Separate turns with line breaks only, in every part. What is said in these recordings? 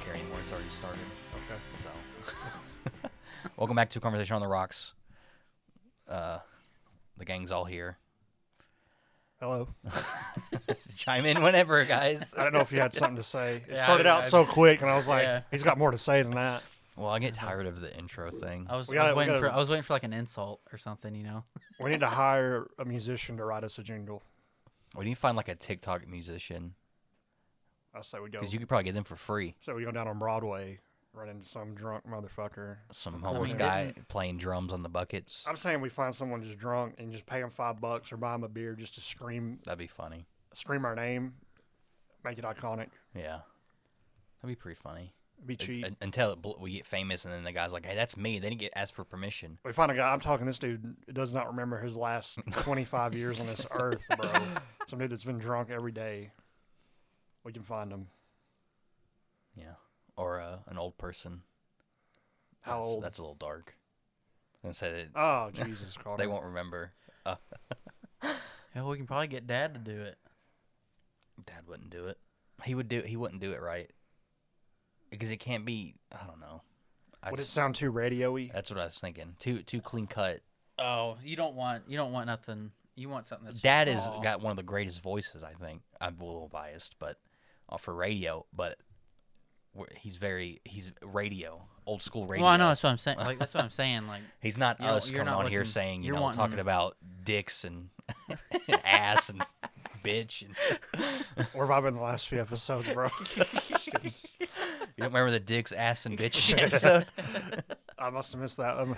it's already started.
Okay.
So, welcome back to Conversation on the Rocks. Uh, the gang's all here.
Hello.
Chime in whenever, guys.
I don't know if you had something to say. It
Yeah, I
started
did-
out
I-
so quick, and I was like,
Yeah.
he's got more to say than that.
Well, I get tired of the intro thing.
I was,
We
I
gotta-
was
we
waiting for
gotta-
I was waiting for like an insult or something, you know.
We need to hire a musician to write us a jingle.
We need to find like a TikTok musician
I say we go.
because you could probably get them for free.
So we go down on Broadway, run into some drunk motherfucker.
Some
course,
homeless
yeah.
guy playing drums on the buckets.
I'm saying we find someone just drunk and just pay him five bucks or buy him a beer just to scream,
That'd be funny.
scream our name, make it iconic,
Yeah, that'd be pretty funny.
be
Un-
cheap.
un- Until it bl- we get famous, and then the guy's like, "Hey, that's me." They didn't get asked for permission.
We find a guy. I'm talking. This dude does not remember his last 25 years on this earth, bro. Some dude that's been drunk every day. We can find him.
Yeah, or uh, an old person.
How
that's,
old?
That's a little dark. And say that
Oh Jesus,
they
Connor.
won't remember. Uh,
Hell, we can probably get Dad to do it.
Dad wouldn't do it. He would do. He wouldn't do it right. Because it can't be. I don't know. I
Would it
just,
sound too radio-y?
that's what I was thinking. Too too clean cut.
Oh, you don't want you don't want nothing. You want something that's
Dad has
raw.
got one of the greatest voices. I think I'm a little biased, but uh, for radio, but we're- he's very he's radio old school radio.
Well, I know that's what I'm saying. Like that's what I'm saying. Like
He's not
You don't-
us
you're
coming
not
on here
looking-
saying you
you're
know
wanting-
talking about dicks and, and ass and bitch. And,
We're vibing the last few episodes, bro.
you don't remember the dicks, ass, and bitch episode?
I must have missed that. Um,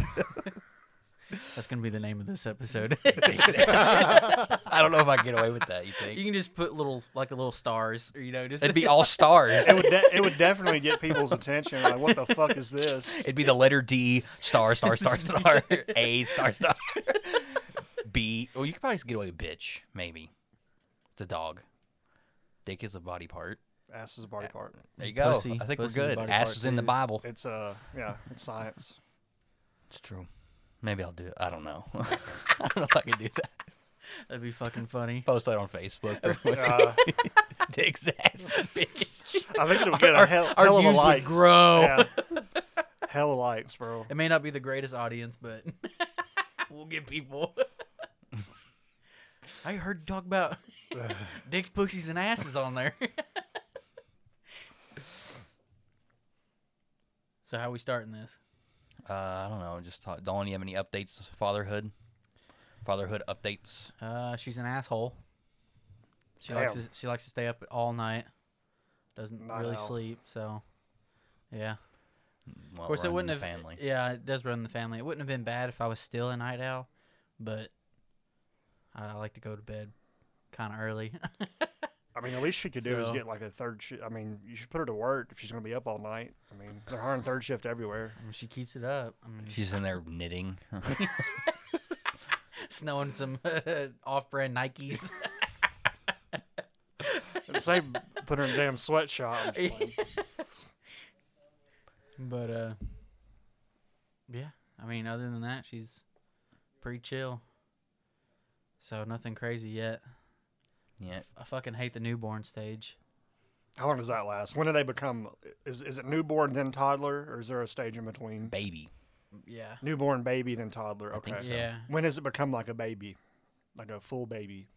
that's gonna be the name of this episode.
Dicks, ass. I don't know if I can get away with that. You think
you can just put little like a little stars, or you know, just
it'd be all stars?
it would de- it would definitely get people's attention. Like, what the fuck is this?
It'd be the letter D, star, star, star, star, A, star, star, B. Well, you could probably get away with bitch, maybe. It's a dog. Dick is a body part.
Ass is a body part.
There you go.
Pussy.
I think
Pussy's a
we're good.
body
Ass
part,
is in the
too.
Bible.
It's uh yeah, it's science.
It's true. Maybe I'll do it. I don't know. I don't know if I can do that.
that'd be fucking funny.
Post that on Facebook. for pussy.
Uh,
Dick's ass. and bitch.
I think it would get a hell,
Our
hell of a
views would
likes.
grow.
Yeah. Hell of likes, bro.
It may not be the greatest audience, but we'll get people. I heard you talk about dicks, pussies, and asses on there. so how we starting this?
Uh, I don't know. Just talk. Dawn, you have any updates? Fatherhood. Fatherhood updates.
Uh, she's an asshole. She likes to,
Damn.
she likes to stay up all night. Doesn't
Night
really
owl.
sleep. So, yeah.
Well,
Of course,
runs
it
in
wouldn't
the
have.
Family.
Yeah, it does run in the family. It wouldn't have been bad if I was still a night owl, but I like to go to bed kind of early.
I mean, the least she could do is
So-
get like a third shift. I mean, you should put her to work if she's gonna be up all night. I mean, they're hiring third shift everywhere.
I mean, she keeps it up. I mean,
She's in there knitting.
snowing some off-brand Nikes.
Say, put her in a damn sweatshop. I'm just playing.
But uh, yeah. I mean, other than that, she's pretty chill. So nothing crazy yet.
yeah.
I fucking hate the newborn stage.
How long does that last? When do they become? Is is it newborn then toddler, or is there a stage in between?
Baby.
Yeah.
Newborn baby then toddler. Okay.
think so.
Yeah.
When does it become like a baby, like a full baby?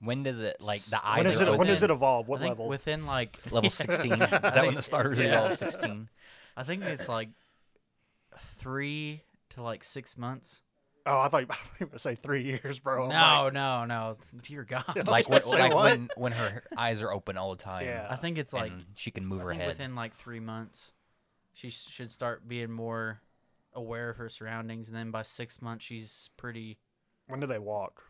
When does it like the
S-
eyes?
When
are
does it? When does it
open?
evolve? What
I think
level?
Within like
level sixteen? Is that when the starters
Yeah.
are level sixteen?
I think it's like three to like six months.
oh, I thought you were going to say three years, bro. I'm
no,
like,
no, no. Dear God.
Like when,
Say
like
what?
when when her eyes are open all the time.
Yeah.
I think it's like
and she can move
I
her
think
head.
within like three months, she s- should start being more aware of her surroundings, and then by six months, she's pretty.
when do they walk?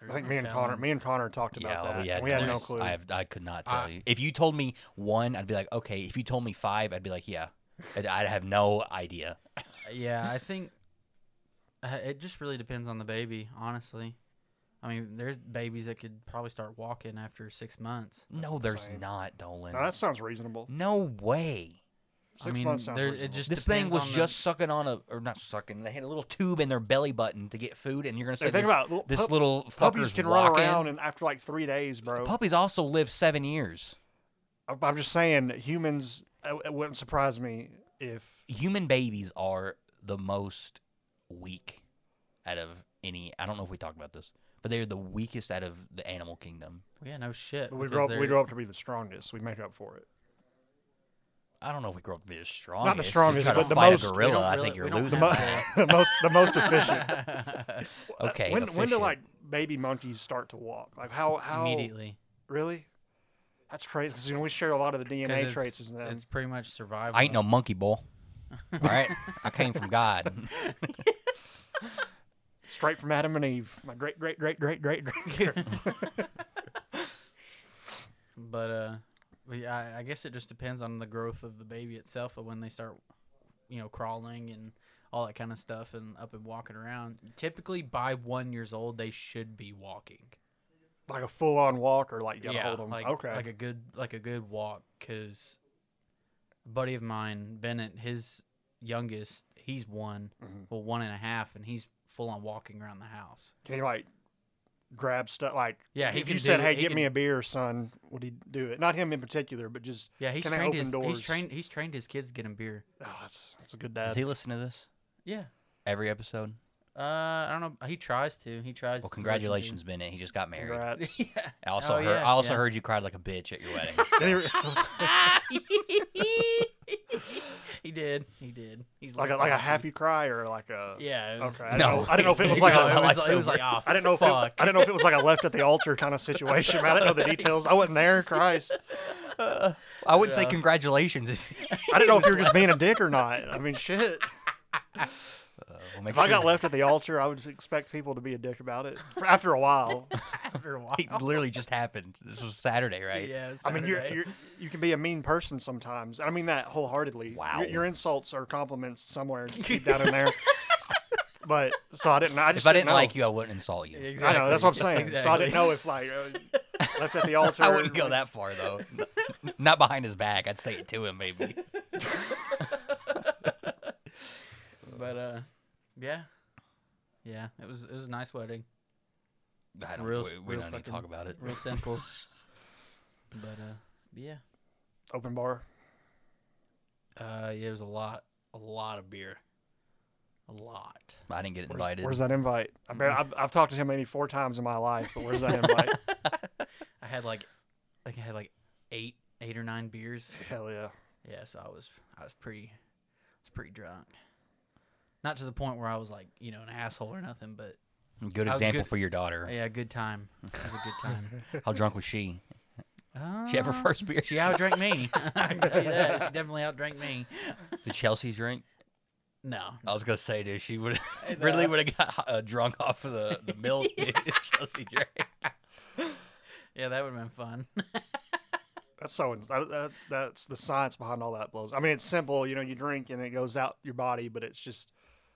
there's
I think
no
me and
telling.
Connor, me and Connor talked about
yeah,
that.
we had,
we had
no,
no
there's-
clue.
I, have, I could not tell
I-
you. If you told me one, I'd be like, okay. If you told me five, I'd be like, yeah. I'd, I'd have no idea.
Yeah, I think uh, it just really depends on the baby, honestly. I mean, there's babies that could probably start walking after six months.
no, there's
insane.
not, Dolan.
Now, that sounds reasonable.
no way.
Six
I mean,
months sounds
there- it
reasonable.
just-
this thing
depends
was
on the-
just sucking on a, or not sucking. They had a little tube in their belly button to get food, and you're gonna say
Hey, think
this,
about it, little
this
pup-
little
puppies
fucker's
can
walking.
run around and after like three days, bro.
Puppies also live seven years.
I- I'm just saying, humans it, it wouldn't surprise me if
Human babies are the most weak out of any. I don't know if we talked about this, but they're the weakest out of the animal kingdom.
Well, yeah, no shit.
but we
because
grow up. We
they're-
grow up to be the strongest. We make up for it.
I don't know if we grow up to be as strong.
the strongest, but the
fight
most-
A
we
gorilla,
don't
I
really-
think you're
we don't
losing.
The, mo-
have Yeah.
the most, the most efficient. Uh,
Okay.
When when do
efficient.
like baby monkeys start to walk? Like how how
Immediately.
Really? That's crazy because you know we share a lot of the
'Cause
DNA
it's,
traits as them.
it's pretty much survival.
I ain't no monkey boy. All right, I came from God.
Straight from Adam and Eve. My great great great great great great.
But uh, we, I, I guess it just depends on the growth of the baby itself, of when they start, you know, crawling and all that kind of stuff, and up and walking around. Typically, by one years old, they should be walking.
like a full on walk or like you gotta
yeah,
hold 'em.
like
okay.
like a good like a good walk, because buddy of mine Bennett, his youngest, he's one,
Mhm.
well one and a half, and he's full on walking around the house.
Can you like grab stuff? Like
Yeah, he
if
can
you said,
do-
"Hey,
he
get me
can-
a beer, son," would he do it? Not him in particular, but just
Yeah, he's
Can I
trained
open
his
doors?
he's trained he's trained his kids to get him beer.
oh, that's that's a good
Does
dad.
he listen to this
Yeah.
every episode?
Uh, I don't know. He tries to.
Well,
He tries. to listen to-
congratulations, Bennett. He just got married.
Congrats.
yeah.
I also
Oh,
heard.
yeah,
I also
yeah.
heard you cried like a bitch at your wedding.
he did. He did. He's
like a,
lost
like a
all
happy cry or like a
Yeah. It was,
Okay, I don't
No.
know. I didn't know if it was like
No,
a
it was, it was
over.
like oh,
I didn't know if it,
fuck.
I didn't know if it was like a left at the altar kind of situation. I didn't know the details. I wasn't there. Christ,
Uh, I wouldn't say
Yeah.
congratulations. If,
I didn't know if you were just being a dick or not. I mean, shit.
uh, we'll make
If I got
sure-
left at the altar, I would expect people to be a dick about it for- after a while.
after a while.
It literally just happened. This was Saturday, right?
Yeah.
I mean, you're,
Saturday.
you're you can be a mean person sometimes. I mean that wholeheartedly. Your-
Wow.
Your, insults are compliments somewhere deep down in there. But so I didn't. I just
If I didn't
know.
like you, I wouldn't insult you.
I know that's what I'm saying. So I
Exactly.
didn't know if like uh, left at the altar.
I wouldn't go that far though. N- Not behind his back. I'd say it to him, maybe.
But uh, yeah, yeah. It was it was a nice wedding.
I don't.
Real
we
s-
we
real
don't need to
fucking-
talk about it.
Real simple. but uh, yeah.
Open bar.
Uh, yeah. It was a lot, a lot of beer. A lot.
I didn't get
Where's,
invited.
where's that invite? I bet I've, I've talked to him maybe four times in my life, but where's that invite?
I had like, like I had like eight, eight or nine beers.
Hell yeah.
Yeah, so I was, I was pretty, I was pretty drunk. Not to the point where I was like, you know, an asshole or nothing, but
Good
I was
example
good-
for your daughter.
yeah, good time. It was a good time.
How drunk was she?
Uh,
She had her first beer.
She outdrank me. I can tell you that. She definitely outdrank me.
Did Chelsea drink?
No.
I was gonna say, dude, she would
And,
Ridley
uh,
would have got uh, drunk off of the the milk. dude, if Chelsea drank.
Yeah, that would have been fun.
That's so. ins- That, that, that's the science behind all that blows. I mean, it's simple. You know, you drink and it goes out your body, but it's just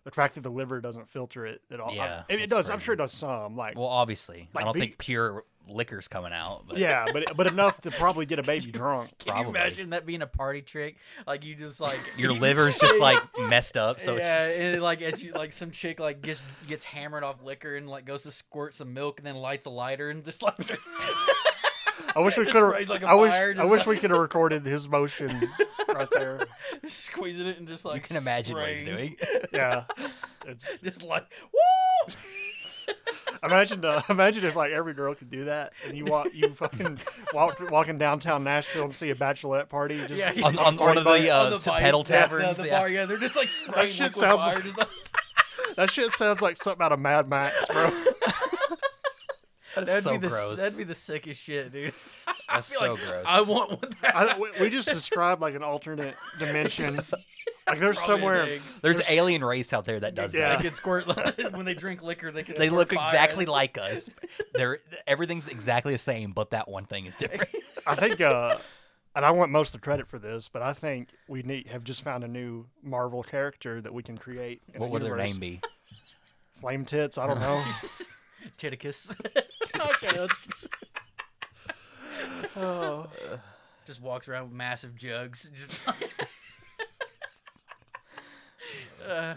the fact that the liver doesn't filter it at all. I-
Yeah,
I mean, it
that's
does. I'm
crazy.
sure it does some. Like,
Well, obviously, I
Like
don't
the-
think pure liquor's coming out. But
yeah, but but enough to probably get a baby drunk.
Can you
Probably.
imagine that being a party trick? Like you just like
your
you-
liver's just like messed up, so
yeah,
it's just,
and like as you like some chick like gets gets hammered off liquor and like goes to squirt some milk and then lights a lighter and just like starts-
I wish we
Just
could.
raise, like, a
I wish.
fire,
I
just
wish
like-
we could have recorded his motion right there.
squeezing it and just like
you can imagine what he's
spraying.
doing.
Yeah. It's,
Just like woo.
imagine. Uh, imagine if like every girl could do that, and you walk. You fucking walk walking downtown Nashville and see a bachelorette party. Just
Yeah,
on, on one of the, uh,
bar-
pedal
yeah,
taverns.
the
yeah.
bar, yeah, they're just like spraying
shit
liquid
sounds
fire,
like-
just, like-
That shit sounds like something out of Mad Max, bro.
That's
that'd
so
be the
gross.
that'd be the sickest shit, dude.
That's
I feel
so
like
gross.
I want one that.
I, we, we just described like an alternate dimension. like there's
probably a
somewhere.
thing.
There's an alien race out there that does
Yeah.
that.
They can squirt when they drink liquor. They can.
They
squirt
look
fire.
exactly like us. They're everything's exactly the same, but that one thing is different.
I think, uh, and I want most of the credit for this, but I think we need have just found a new Marvel character that we can create. in
what
the
would their
universe.
name be?
Flame tits. I don't know.
Titicus.
okay, that's. Oh,
just walks around with massive jugs. Just. uh, I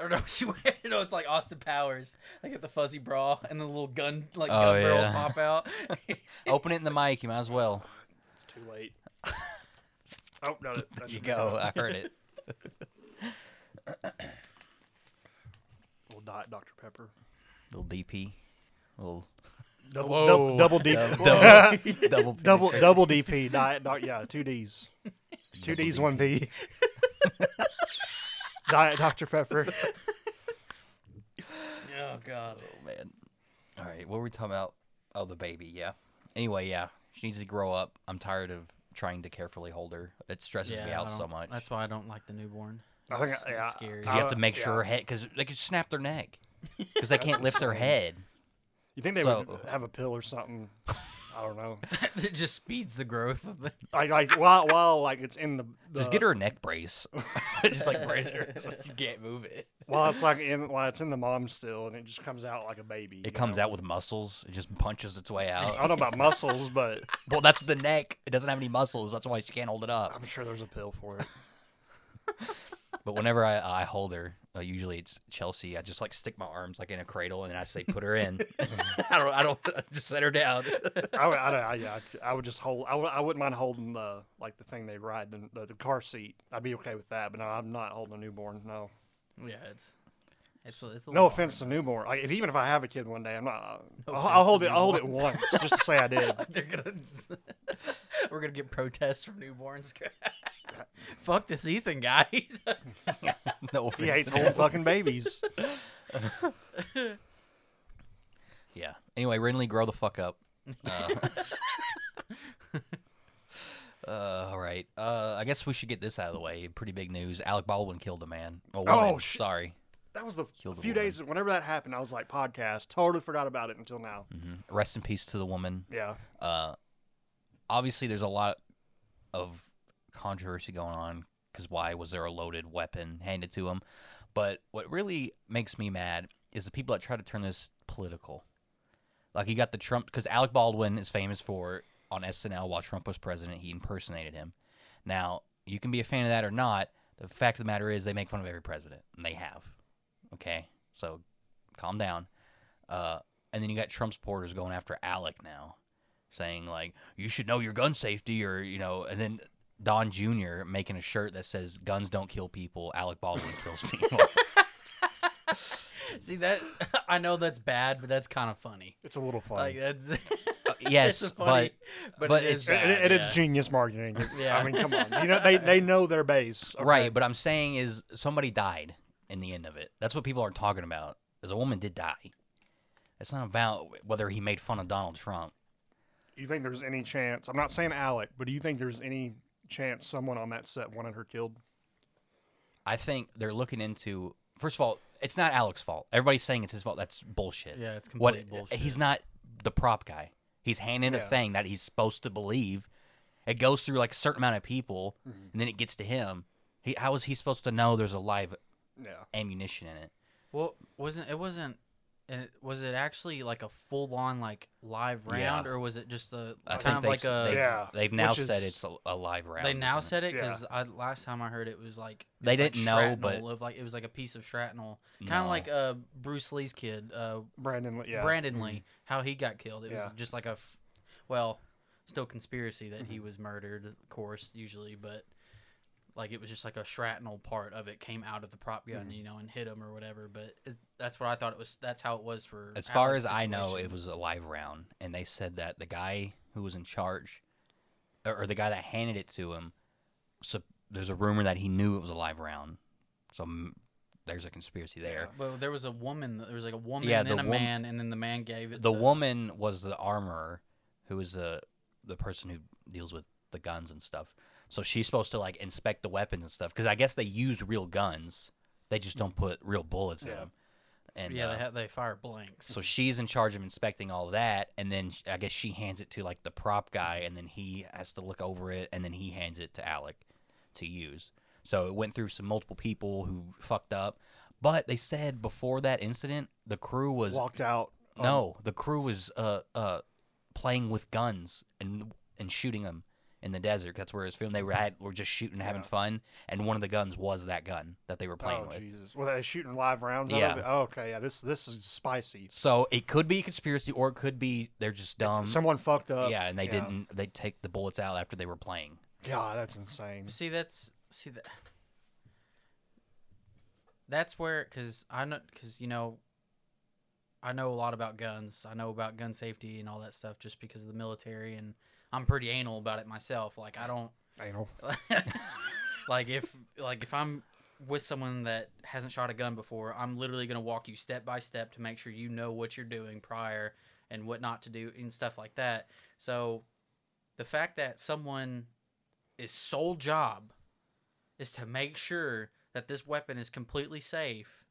don't know. She wearing. You know, it's like Austin Powers. Like at the fuzzy bra and the little gun, like
Oh,
gun barrels
yeah.
pop out.
Open it in the mic. You might as well.
it's too late. Oh, no, that, that
you
should be
go.
fine.
I heard it.
Little Diet Dr. Pepper.
Little DP. Little
Double,
Whoa.
dou- double
dou-
DP.
double double
double,
penetration.
double DP. Diet Dr. Yeah, two Ds. Two Ds, one P. Diet Dr. Pepper.
Oh god.
Oh, man. All right, what were we talking about? Oh, the baby. Yeah. Anyway, yeah, she needs to grow up. I'm tired of trying to carefully hold her. It stresses me
I
out so
don't-
much.
That's why I don't like the newborn.
I think
That's-
I-
that's
yeah,
scary.
'Cause you have to
Uh,
make sure
yeah.
her head because they could snap their neck because they can't lift their
insane.
head.
You think they
So-
would have a pill or something? I don't know.
it just speeds the growth of the.
Like, like while while like it's in the,
Just
the-
get her a neck brace. just like brace her. so she can't move it.
while it's like in while it's in the mom still, and it just comes out like a baby.
It comes out with muscles. It just punches its way
I don't
out.
know about muscles, but
well, that's the neck. It doesn't have any muscles. That's why she can't hold it up.
I'm sure there's a pill for it.
But whenever I, I hold her, uh, usually it's Chelsea. I just like stick my arms like in a cradle and then I say, "Put her in." I don't. I don't. Just set her down.
I, would- I, don't- I, yeah, I- I would just hold. I, would, I wouldn't mind holding the like the thing they ride the, the, the car seat. I'd be okay with that. But no, I'm not holding a newborn. No,
Yeah, it's it's a- it's a
no
little
offense to newborn. Like if even if I have a kid one day, I'm not. I'll,
No
I'll
offense
hold
to
it. I'll hold it once just to say I did.
awkward. They're gonna. We're gonna get protests from newborns. Fuck this Ethan guy.
no
He
offense.
hates
to
holding
them.
fucking babies.
Yeah. Anyway, Renly, grow the fuck up. Uh, uh, all right. Uh, I guess we should get this out of the way. Pretty big news. Alec Baldwin killed a man. A woman.
Oh, shit.
Sorry.
That was the
Killed the
few
woman.
days. Whenever that happened, I was like podcast. Totally forgot about it until now.
hmm Rest in peace to the woman.
Yeah.
Uh, obviously, there's a lot of controversy going on because why was there a loaded weapon handed to him? But what really makes me mad is the people that try to turn this political. Like you got the Trump because Alec Baldwin is famous for on SNL while Trump was president, he impersonated him. Now you can be a fan of that or not. The fact of the matter is they make fun of every president, and they have. Okay, so calm down. Uh, and then you got Trump supporters going after Alec now, saying like you should know your gun safety or you know, and then Don Jr. making a shirt that says "Guns don't kill people, Alec Baldwin kills people."
See that? I know that's bad, but that's kind of funny.
It's a little funny.
Like that's
Uh, yes,
it's
but
funny,
but
it
it's-
is
And-
bad,
and and
yeah.
it's genius marketing.
Yeah.
I mean, come on. You know, they, they know their base. okay?
right. But I'm saying is somebody died in the end of it. That's what people are talking about. Is a woman did die. It's not about whether he made fun of Donald Trump.
You think there's any chance? I'm not saying Alec, but do you think there's any chance someone on that set wanted her killed?
I think they're looking into. First of all, it's not Alec's fault. Everybody's saying it's his fault. That's bullshit.
Yeah, it's
what
complete bullshit.
he's not the prop guy. He's handed a
Yeah.
thing that he's supposed to believe. It goes through like a certain amount of people,
Mm-hmm.
and then it gets to him. He, how is he supposed to know there's a live
Yeah.
ammunition in it?
Well, wasn't it wasn't and it, was it actually like a full on like live
Yeah.
round or was it just a
I
kind
think
of
they've,
like a
they've,
Yeah,
they've now
which
said
is-
it's a, a live round.
they now
isn't
said it
Yeah.
because last time I heard it was like it
They
was, like,
didn't know, but-
shrapnel of, like it was like a piece of shrapnel,
it?
kind of
No.
like uh Bruce Lee's kid, uh
Brandon, Lee- yeah.
Brandon
Mm-hmm.
Lee, how he got killed. It
Yeah.
was just like a, f- well, still conspiracy that
Mm-hmm.
he was murdered, of course, usually, but like it was just like a shrapnel part of it came out of the prop
Mm-hmm.
gun, you know, and hit him or whatever. But it, that's what I thought it was. That's how it was for.
As far
Alec's
as I know,
situation.
it was a live round, and they said that the guy who was in charge, or, or the guy that handed it to him, so there's a rumor that he knew it was a live round. So m- there's a conspiracy there.
Well, there was a woman. There was like a woman
Yeah,
and then
the
a
wom-
man, and then the man gave it.
The
to-
woman was the armorer, who is the the person who deals with the guns and stuff. So she's supposed to like inspect the weapons and stuff because I guess they use real guns. They just don't put real bullets in
Yeah.
them. And
Mm-hmm. Yeah,
uh,
they had they fire blanks.
So she's in charge of inspecting all that, and then sh- I guess she hands it to like the prop guy, and then he has to look over it, and then he hands it to Alec to use. So it went through some multiple people who fucked up, but they said before that incident, the crew was
walked out. on-
no, the crew was uh uh playing with guns and and shooting them in the desert. That's where it was filmed. They were had, were just shooting, and having
Yeah.
fun, and one of the guns was that gun that they were playing
Oh
with.
Jesus! Were they shooting live rounds out
Yeah.
of it? Oh, okay, yeah. This this is spicy.
So it could be a conspiracy, or it could be they're just dumb.
Someone fucked up.
yeah, and they didn't. They take the bullets out after they were playing.
God, that's insane.
See, that's see that. That's where, cause I know, cause you know, I know a lot about guns. I know about gun safety and all that stuff just because of the military, and I'm pretty anal about it myself. Like I don't,
Anal.
like if like if I'm with someone that hasn't shot a gun before, I'm literally gonna walk you step by step to make sure you know what you're doing prior and what not to do and stuff like that. So the fact that someone his sole job is to make sure that this weapon is completely safe.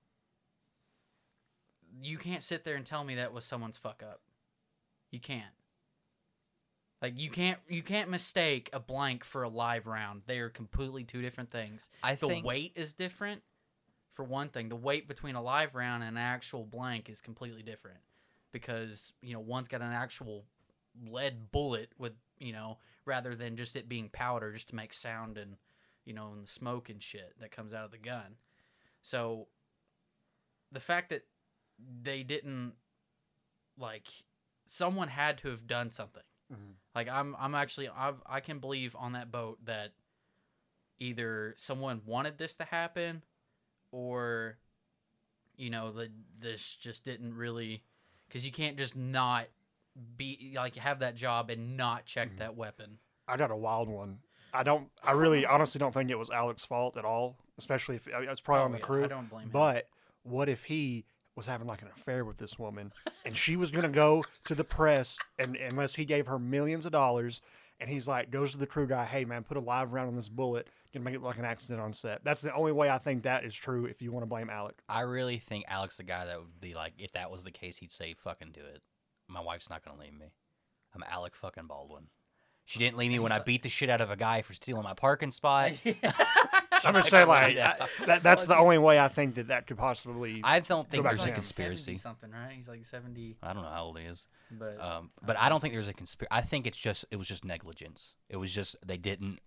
You can't sit there and tell me that was someone's fuck up. You can't. Like you can't you can't mistake a blank for a live round. They are completely two different things.
I
The
think
weight is different. For one thing, the weight between a live round and an actual blank is completely different because, you know, one's got an actual lead bullet with, you know, rather than just it being powder just to make sound and, you know, and the smoke and shit that comes out of the gun. So the fact that they didn't like someone had to have done something.
Mhm.
Like I'm I'm actually I I can believe on that boat that either someone wanted this to happen or you know the this just didn't really cuz you can't just not be like have that job and not check
Mhm.
that weapon.
I got a wild one. I don't. I really, honestly, don't think it was Alex's fault at all. Especially if I mean, it's probably
Oh,
on the
yeah,
crew.
I don't blame him.
But what if he was having like an affair with this woman and she was going to go to the press and unless he gave her millions of dollars and he's like goes to the crew guy, "Hey man, put a live round on this bullet. Gonna make it look like an accident on set." That's the only way I think that is true if you want to blame Alec.
I really think Alex, the guy that would be like, if that was the case, he'd say, "Fucking do it." My wife's not gonna leave me. I'm Alec fucking Baldwin. She didn't leave me when I beat the shit out of a guy for stealing my parking spot.
I'm
She's
just saying
"I wouldn't
like
do that."
I- that, that's the only way I think that that could possibly
I don't think
Go back
there's
to
a
him.
conspiracy.
something, right? He's like 70,
I don't know how old he is.
but
Uh,
Um, but I don't think there's a conspiracy. I think it's just it was just negligence. It was just they didn't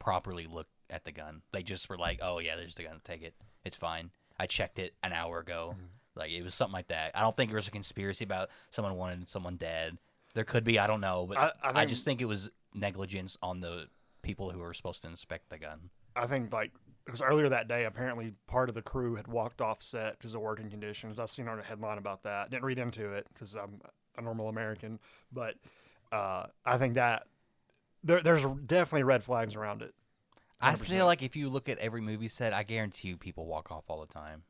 properly look at the gun. They just were like, "Oh yeah, there's the gun. Take it. It's fine. I checked it an hour ago." Like it was something like that. I don't think there was a conspiracy about someone wanted someone dead. There could be. I don't know, but I,
I- I think-
just think it was negligence on the people who were supposed to inspect the gun.
I think like because earlier that day, apparently part of the crew had walked off set because of working conditions. I seen on a headline about that. Didn't read into it because I'm a normal American, but uh, I think that there, there's definitely red flags around it.
I
100%.
feel like if you look at every movie set, I guarantee you people walk off all the time.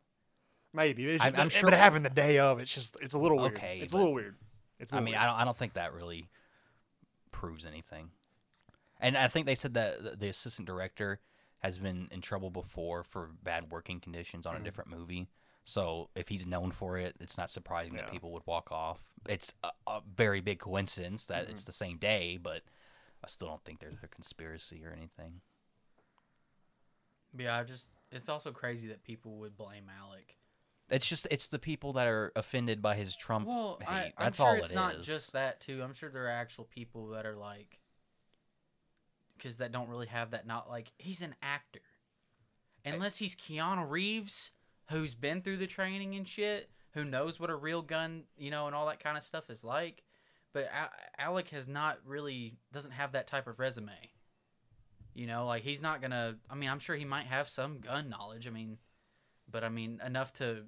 Maybe it's,
I'm- I'm
but-
sure-
but it happened the day of. It's just it's a little weird.
Okay,
it's a
but-
little weird. It's a
I
little
mean,
weird.
I don't, I don't think that really proves anything. And I think they said that th- the assistant director has been in trouble before for bad working conditions
Mm.
on a different movie. So if he's known for it, it's not surprising that
Yeah.
people would walk off. It's a, a very big coincidence that
Mm-hmm.
it's the same day, but I still don't think there's a conspiracy or anything.
yeah, I just it's also crazy that people would blame Alec.
It's just it's the people that are offended by his Trump
Well,
hate.
I, I'm
That's
sure
all
it's
it
not
is.
just that too. I'm sure there are actual people that are like, because that don't really have that. Not like he's an actor, unless he's Keanu Reeves, who's been through the training and shit, who knows what a real gun, you know, and all that kind of stuff is like. But A- Alec has not really doesn't have that type of resume. You know, like he's not gonna. I mean, I'm sure he might have some gun knowledge. I mean, but I mean enough to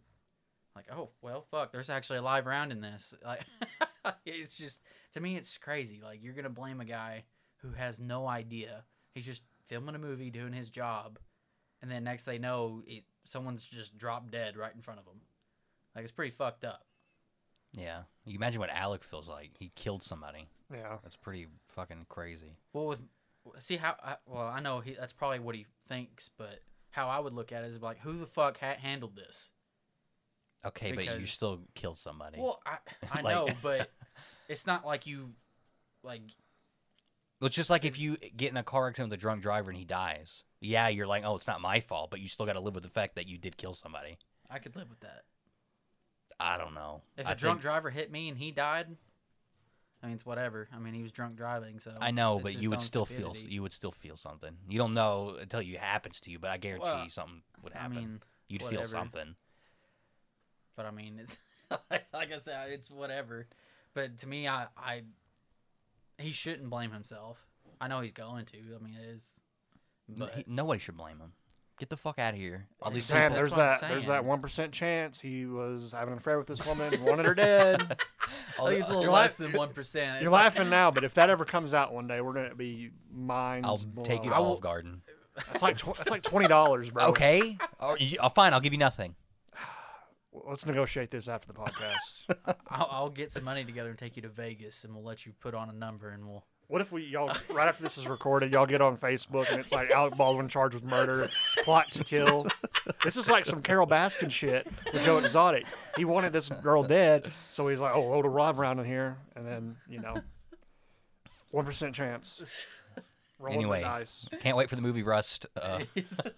like oh well fuck there's actually a live round in this like it's just to me it's crazy like you're gonna blame a guy who has no idea he's just filming a movie doing his job and then next they know it, someone's just dropped dead right in front of him like it's pretty fucked up
yeah. You imagine what Alec feels like. He killed somebody.
yeah,
That's pretty fucking crazy.
well with see how I, well i know he, that's probably what he thinks but how i would look at it is like who the fuck ha- handled this
Okay, but you
Because-
still killed somebody.
well i, I
Like-
know but it's not like you like
it's just like if you get in a car accident with a drunk driver and he dies. Yeah, you're like, oh, it's not my fault, but you still got to live with the fact that you did kill somebody.
i could live with that
I don't know.
If
I
a drunk
think-
driver hit me and he died, I mean it's whatever. I mean he was drunk driving, so
I know,
it's
but
his
you
own
would still feel
stupidity.
you would still feel something. You don't know until it happens to you, but I guarantee
Well,
you something would
I
happen.
mean,
You'd
whatever.
feel something.
but I mean it's like I said, it's whatever. But to me, I I he shouldn't blame himself. I know he's going to. I mean, it is.
N-
But
he- nobody should blame him. Get the fuck out of here. All these
Exactly.
Damn,
people.
That's
there's
what I'm
that there's that
saying.
one percent chance he was having an affair with this woman, wanted her dead.
all
I think it's a
the-
little
You're
less
laugh-
than one percent.
You're laughing now, but if that ever comes out one day, we're gonna be minds
I'll
blown.
take you to
I will-
Olive Garden.
That's like tw- that's like twenty dollars, bro.
Okay. Or you- oh, fine. I'll give you nothing.
let's negotiate this after the podcast.
I'll, I'll get some money together and take you to Vegas, and we'll let you put on a number, and we'll.
what if we y'all right after this is recorded, y'all get on Facebook and it's like Alec Baldwin charged with murder, plot to kill. This is like some Carol Baskin shit with Joe Exotic. He wanted this girl dead, so he's like, "Oh, load a rod round in here," and then you know, one percent chance. Rolling
Anyway.
the dice.
Can't wait for the movie Rust. Uh,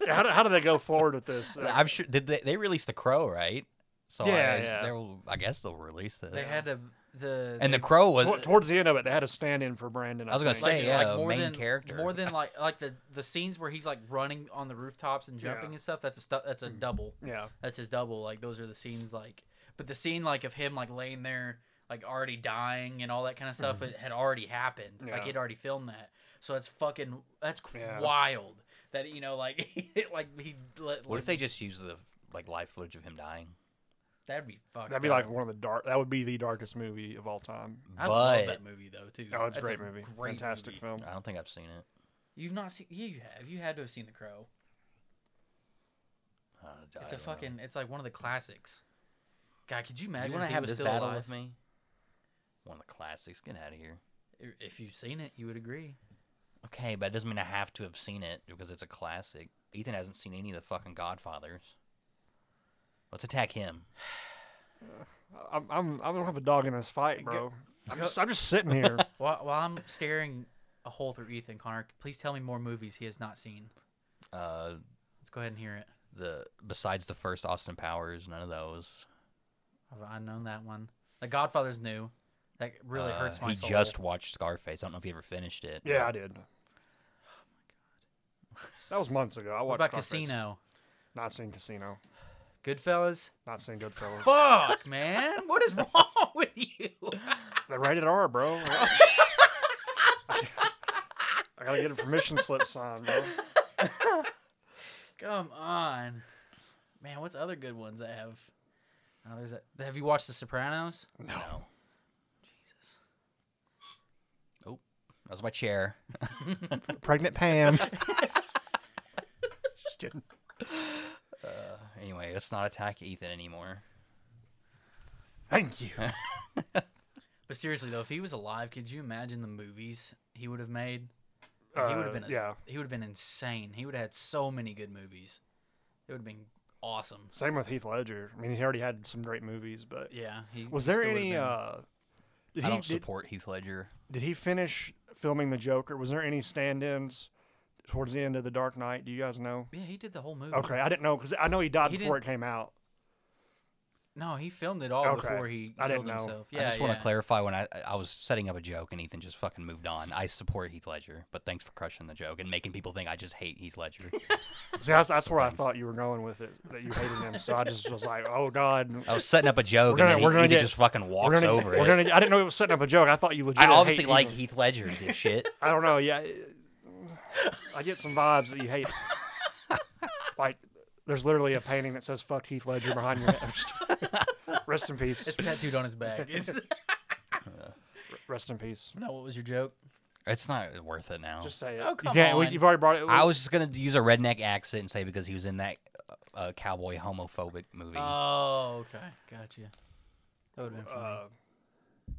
How do, how do they go forward with this? Uh,
I'm sure. Did they? They released The Crow, right? So
Yeah,
I,
yeah.
they'll- I guess they'll release it.
They had a the
and
they-
The Crow was.
Tw- towards the end of it, they had a stand-in for Brandon. I,
I was gonna
think.
say, yeah, a main
than,
character.
more than like like the the scenes where he's like running on the rooftops and jumping
Yeah. Hmm.
and stuff. That's a stu- that's a double.
yeah,
That's his double. Like those are the scenes. Like, but the scene like of him like laying there like already dying and all that kind of stuff. It had already happened.
Hmm. Yeah.
Like he'd already filmed that. So that's fucking that's cr-
Yeah.
wild. That you know like like he let,
what if they
like,
just used the like live footage of him dying?
that'd be fucked.
that'd be
up.
like one of the dark. That would be the darkest movie of all time.
But
I love that movie though too.
Oh, it's a
That's
great movie,
great
fantastic
movie.
film.
I don't think I've seen it.
You've not seen? Yeah, you have. You had to have seen The Crow.
Uh, I
It's a
don't know.
fucking. It's like one of the classics. God, could you
You
imagine
want to
if he
have
was
this
still
battle
alive?
with me? One of the classics. Get out of here.
I- If you've seen it, you would agree.
Okay, but it doesn't mean I have to have seen it because it's a classic. Ethan hasn't seen any of the fucking Godfathers. Let's attack him.
I'm, I'm, I don't have a dog in this fight, bro. I'm just, I'm just sitting here.
While, while I'm staring a hole through Ethan Connor, please tell me more movies he has not seen.
Uh,
Let's go ahead and hear it.
the besides the first Austin Powers, none of those.
I've, I've known that one. The Godfather's new. That really
Uh,
hurts my
He
soul.
just watched Scarface. I don't know if he ever finished it.
yeah, I did. That was months ago. I
What
watched
about
Scarface.
Casino?
Not seen Casino.
Goodfellas.
Not seen Goodfellas.
Fuck, man. What is wrong with you?
They're rated R, bro. I gotta get a permission slip signed, bro.
Come on, man. What's other good ones that have? Oh, there's that. Have you watched The Sopranos?
No.
Jesus.
That was my chair.
Pregnant Pam. just kidding.
Anyway, let's not attack Ethan anymore.
Thank you.
But seriously though, if he was alive, could you imagine the movies he would have made? he would
Uh,
have been a-
yeah.
He would have been insane. He would have had so many good movies. It would have been awesome.
Same with Heath Ledger. I mean, he already had some great movies, but
Yeah. He
was
he
there
still would have
any?
been-
Uh, did
I
he
don't
did,
support Heath Ledger.
did he finish filming the Joker? Was there any stand-ins towards the end of the Dark Knight? Do you guys know?
Yeah, he did the whole movie.
uh, Okay, I didn't know because I know he died
He
before it came out.
No, he filmed it all
Okay.
before he
I didn't
killed
know.
himself.
I
Yeah,
just want
yeah.
to clarify when I I was setting up a joke and Ethan just fucking moved on. I support Heath Ledger, but thanks for crushing the joke and making people think I just hate Heath Ledger.
See, that's, that's where I thought you were going with it that you hated him. So I just was like, oh god,
I was setting up a joke
We're gonna-
and then
we're
he,
gonna
Ethan
get-
just fucking
we're
walks
gonna,
over
we're
it.
gonna. I didn't know it was setting up a joke. I thought you legit.
I obviously
hate
like
Ethan.
Heath Ledger, dipshit.
I don't know. Yeah, I get some vibes that you hate. like, there's literally a painting that says "fuck Heath Ledger" behind your head. Rest in peace.
It's tattooed on his back. It's-
Rest in peace.
no, what was your joke?
It's not worth it now.
Just say it.
Oh,
you
come
can't. We,
on.
you've already brought it.
I was just gonna use a redneck accent and say because he was in that uh, uh, cowboy homophobic movie.
Oh, okay. Gotcha. That would have been funny.
uh,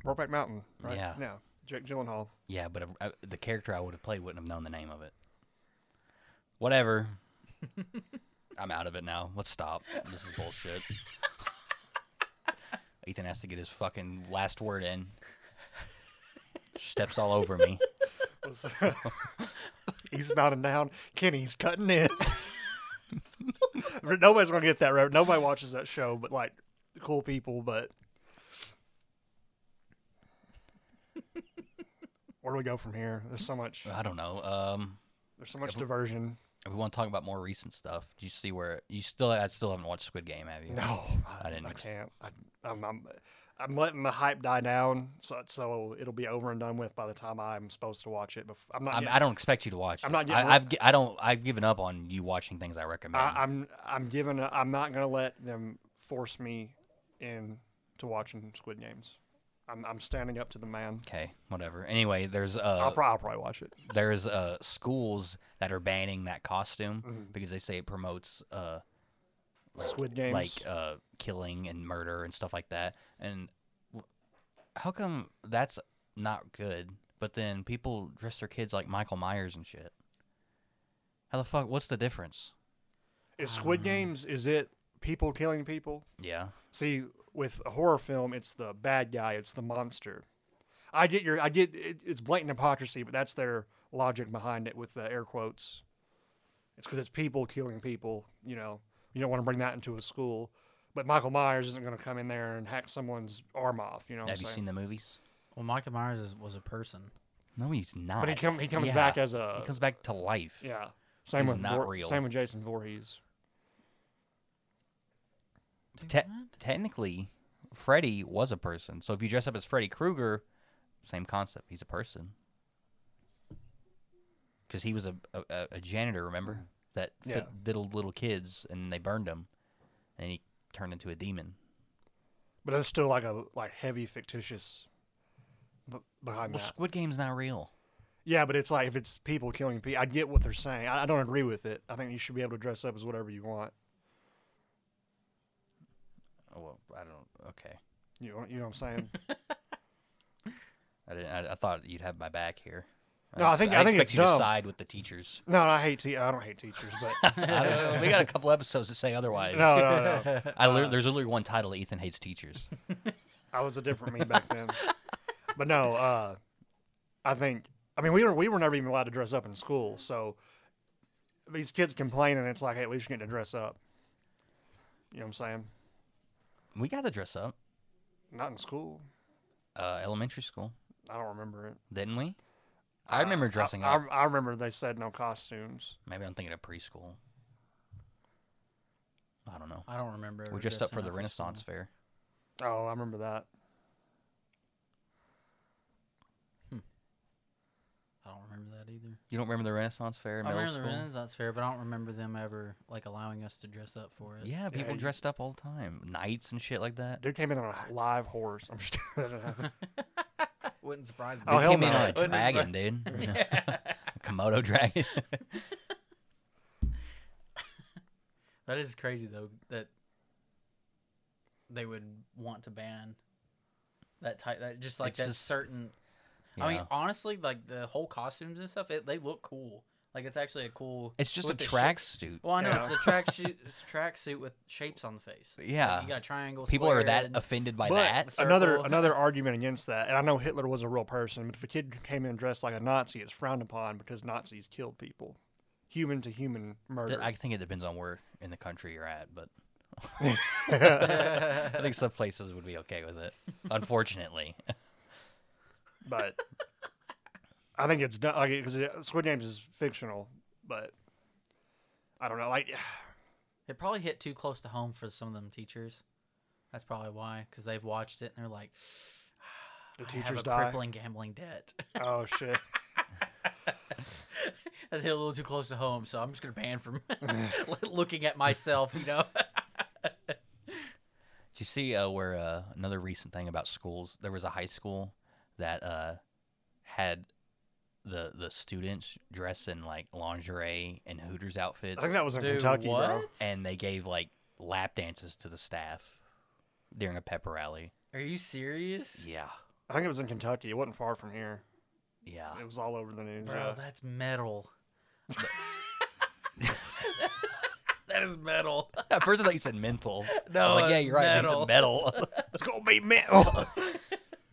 Brokeback Mountain. Right?
Yeah.
Yeah. Jake Gyllenhaal.
yeah, but uh, uh, the character I would have played wouldn't have known the name of it. Whatever. I'm out of it now. Let's stop. This is bullshit. Ethan has to get his fucking last word in. Steps all over me.
Was, he's mounting down. Kenny's cutting in. Nobody's gonna get that. Right? Nobody watches that show, but like the cool people. But where do we go from here? There's so much.
I don't know. Um,
There's so much diversion.
if we want to talk about more recent stuff, do you see where you still? I still haven't watched Squid Game, have you?
No, I,
I didn't
I
ex-
can't. I, I I'm, I'm I'm letting the hype die down, so so it'll be over and done with by the time I'm supposed to watch it. Before I'm not.
I'm,
getting-
I don't expect you to watch.
I'm
it.
not getting
I,
re-
I've gi- I don't I've given up on you watching things I recommend.
I, I'm I'm giving. A, I'm not gonna let them force me in to watching Squid Games. I'm I'm standing up to the man.
okay, whatever. Anyway, there's
I'll,
uh
pro- I'll probably watch it.
there's uh schools that are banning that costume
Mm-hmm.
because they say it promotes uh
Squid Games.
like uh killing and murder and stuff like that. And w- how come that's not good? But then people dress their kids like Michael Myers and shit. How the fuck? What's the difference?
is
um,
Squid Games? Is it people killing people?
Yeah.
See, with a horror film, it's the bad guy, it's the monster. I get your, I get it, it's blatant hypocrisy, but that's their logic behind it with the air quotes. It's because it's people killing people. You know, you don't want to bring that into a school. But Michael Myers isn't going to come in there and hack someone's arm off. You know, what
Have
I'm
you
saying?
seen the movies?
Well, Michael Myers is, was a person.
No, he's not.
But he come, he comes
Yeah.
back as a
He comes back to life.
yeah. Same
he's
with
not
Vor-
real.
same with Jason Voorhees.
Te- technically, Freddy was a person. So if you dress up as Freddy Krueger, same concept. He's a person. Because he was a, a- a, a janitor, remember? That fit,
Yeah.
diddled little kids and they burned him. And he turned into a demon.
But it's still like a like heavy fictitious b- behind
Well,
that.
Squid Game's not real.
Yeah, but it's like if it's people killing people, I get what they're saying. I, I don't agree with it. I think you should be able to dress up as whatever you want.
Oh, well, I don't. Okay.
You know, you know what I'm saying?
I, didn't, I, I thought you'd have my back here.
No, I
ex-
think- I think
expect
it's
you to
dumb.
side with the teachers.
no, I hate te- I don't hate teachers, but
I don't- we got a couple episodes to say otherwise.
no, no, no.
I lit- there's literally one title Ethan hates teachers.
I was a different me back then. But no, uh, I think I mean we were we were never even allowed to dress up in school, so these kids complaining, it's like hey, at least you're getting to dress up. You know what I'm saying?
We got to dress up.
Not in school.
Uh, elementary school,
I don't remember it.
didn't we? I remember dressing
Uh, I,
up.
I remember they said no costumes.
Maybe I'm thinking of preschool. I don't know.
I don't remember.
We
ever
dressed up
dressing
for the
school.
Renaissance Fair.
Oh, I remember that.
I don't remember that either.
You don't remember the Renaissance Fair in
I
middle
remember
school?
the Renaissance fair, but I don't remember them ever like allowing us to dress up for it.
yeah, people
you-
dressed up all the time. Knights and shit like that.
Dude came in on a live horse. I'm just
wouldn't surprise me.
Oh,
we
hell
came in
no.
on a
Wouldn't
surprise-
dragon, dude. a Komodo dragon.
That is crazy though that they would want to ban that type that just like
It's
that
just-
certain I mean
Yeah.
honestly like the whole costumes and stuff it, they look cool. Like it's actually a cool
it's just a
with the sh-
tracksuit.
Well, I know
Yeah.
it's a track suit it's a track suit with shapes on the face. Like,
Yeah.
you got a triangle
People are
square,
that
and-
offended by
but
that.
circle.
another another argument against that, and I know Hitler was a real person, but if a kid came in dressed like a Nazi, it's frowned upon because Nazis killed people, human to human
D-
murder.
I think it depends on where in the country you're at, but I think some places would be okay with it. Unfortunately,
but I think it's done like because Squid Games is fictional, but I don't know. Like
It probably hit too close to home for some of them teachers. That's probably why, because they've watched it and they're like, "Ah,
the
"I have
teachers
a
die.
crippling gambling debt."
Oh shit!
that hit a little too close to home, so I'm just gonna ban from looking at myself. You know,
Did you see uh, where uh, another recent thing about schools? There was a high school that uh, had the the students dress in like lingerie and Hooters
I
outfits,
think that was in Kentucky, bro.
and they gave like lap dances to the staff during a pep rally.
Are you serious,
Yeah,
I think it was in Kentucky. It wasn't far from here.
yeah.
It was all over the news.
bro?
yeah.
That's metal. that is metal.
At first, I thought you said mental. I
No,
was like, yeah,
it's
you're right. I think it's metal.
It's gonna be metal.